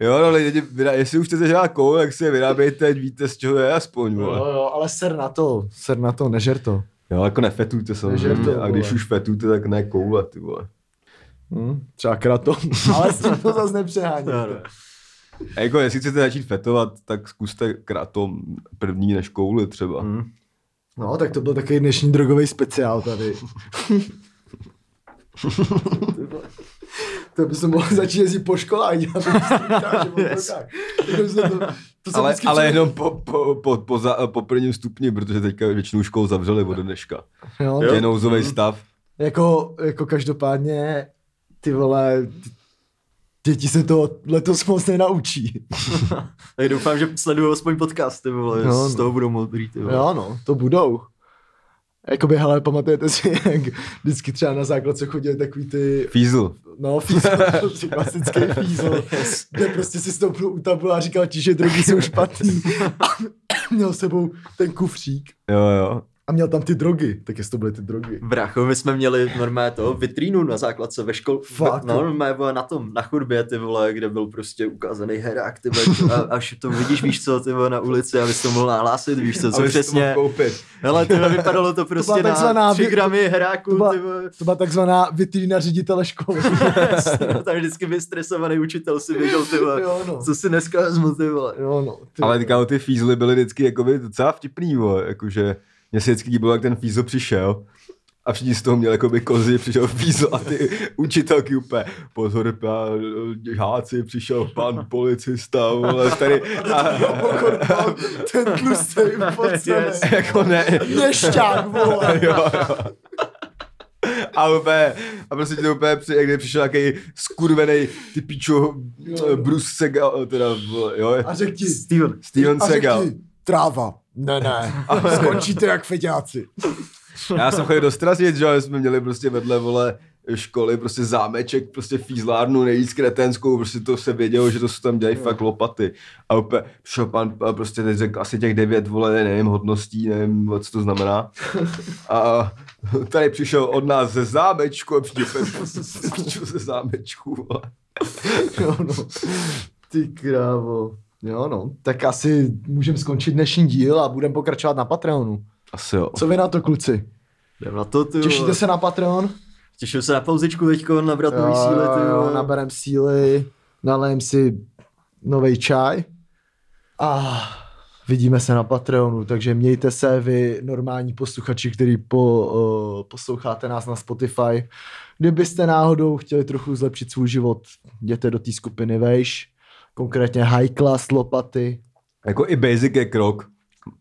S2: Jo, no, lidi, vyrá- jestli už chcete žádat koule, tak si je vyrábějte, ať víte, z čeho je aspoň.
S1: Jo,
S2: Vole.
S1: jo, ale ser na to, ser na to, nežer to.
S2: Jo, jako nefetujte samozřejmě.
S1: Nežerte,
S2: a když
S1: vole.
S2: už fetujte, tak ne koule, ty vole.
S1: Hm? Třeba kratom, ale s tím to zase nepřehání.
S3: no.
S2: A jako, jestli chcete začít fetovat, tak zkuste kratom první než kouli třeba. Hmm.
S1: No, tak to byl takový dnešní drogový speciál tady. Ty vole. to by se mohl začít jezdit po školách a dělat instruktáže o drogách. Jako jsme to, to jsem
S2: Ale,
S1: vždycky přemýšlel.
S2: ale jenom po, po, po, po, za, po prvním stupni, protože teďka většinu škol zavřeli od dneška.
S1: Jo,
S2: Je nouzový stav.
S1: Jako, jako každopádně, ty vole, Děti se to letos moc nenaučí.
S3: Tak doufám, že sledují aspoň podcast, ty vole,
S1: No,
S3: no,
S1: no.
S3: z toho budou modrý, ty vole.
S1: Jo, no, to budou. Jakoby, hele, pamatujete si, jak vždycky třeba na základce chodili takový ty,
S2: Fízl.
S1: no, fízl, klasický fízl, kde prostě si stoupil u tabule a říkal ti, že drogy jsou špatný. A měl s sebou ten kufřík
S2: Jo, jo.
S1: a měl tam ty drogy, tak jestli to byly ty drogy.
S3: Bracho, my jsme měli normálně to vitrínu na základce ve škole.
S1: Fakt,
S3: No,
S1: jo.
S3: normálně vole, na tom, na chodbě, ty vole, kde byl prostě ukázaný herák, ty vole, a, až to vidíš, víš co, ty vole, na ulici, aby to mohl nahlásit, víš co, co
S2: Aby si to
S3: přesně.
S2: mohl koupit.
S3: Hele, ty vole, vypadalo to prostě
S1: byla takzvaná
S3: na 3
S1: vy-
S3: gramy
S1: to
S3: heráku,
S1: byla-
S3: ty vole.
S1: To byla takzvaná vitrína ředitele školy.
S3: Tam vždycky vystresovaný učitel si běžel, ty vole.
S1: jo, no.
S3: Co si dneska vezmu, ty vole.
S1: Jo, no. Ty,
S2: Ale kámo, ty fízly byly vždycky jakoby docela vtipný, vo, jakože mě se vždycky líbilo, jak ten fízl přišel a všichni z toho měli jakoby kozy, přišel fízl a ty učitelky úplně, pozor, pá, žáci, přišel pan policista, vole, tady, a,
S1: ten tlustý
S3: Yes.
S1: pocený.
S2: jako ne,
S1: Ješťák, vole.
S2: jo, jo. A, úplně, a prostě ti to úplně při, jak kdyby přišel nějaký skurvený ty pičo
S1: Jo.
S2: Bruce Segal, eh, teda, vole, jo,
S1: A řekl ti,
S3: Steven.
S2: Steven
S1: a řekl
S2: Segal.
S1: ti, tráva. Ne, ne, skončíte jak feťáci.
S2: Já jsem chodil do Strasic, že jo, jsme měli prostě vedle, vole, školy, prostě zámeček, prostě fízlárnu, nejvíc kretenskou, prostě to se vědělo, že to se tam dělají fakt lopaty. A úplně šel pan, a prostě teď řekl asi těch devět, vole, nevím, hodností, nevím, co to znamená. A tady přišel od nás ze zámečku, a přišel úplně prostě ze zámečku, vole.
S1: Jo, no. Ty krávo. Jo, no. Tak asi můžeme skončit dnešní díl a budeme pokračovat na Patreonu.
S2: Asi jo.
S1: Co vy na to, kluci?
S3: Jdem na to, ty vole.
S1: Těšíte se na Patreon?
S3: Těším se na pauzičku teďko, nabrat nový síly, ty
S1: jo,
S3: vole.
S1: naberem síly, nalejem si nový čaj a vidíme se na Patreonu, takže mějte se vy normální posluchači, který po, uh, posloucháte nás na Spotify. Kdybyste náhodou chtěli trochu zlepšit svůj život, jděte do té skupiny Vejš, konkrétně High Class Lopaty.
S2: Jako i basic je krok.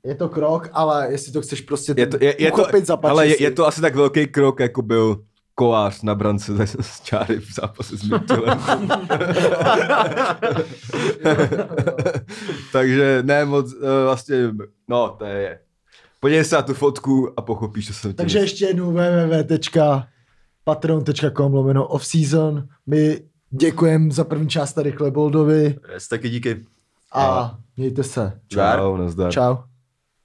S1: Je to krok, ale jestli to chceš prostě
S2: Je to, je, je to,
S1: uchopit za pačesy.
S2: ale je, je, to asi tak velký krok, jako byl kovář na brance z, z čáry v zápase s Myrtilem. Takže ne moc, eh, vlastně, no to je. Podívej se na tu fotku a pochopíš, co jsem tím
S1: Takže ještě jednou www.patreon.com lomeno offseason. My děkujeme za první část tady Kleboldovi
S3: Yes, taky díky.
S1: a mějte se.
S2: myslel. Čau, nazdar.
S1: Čau.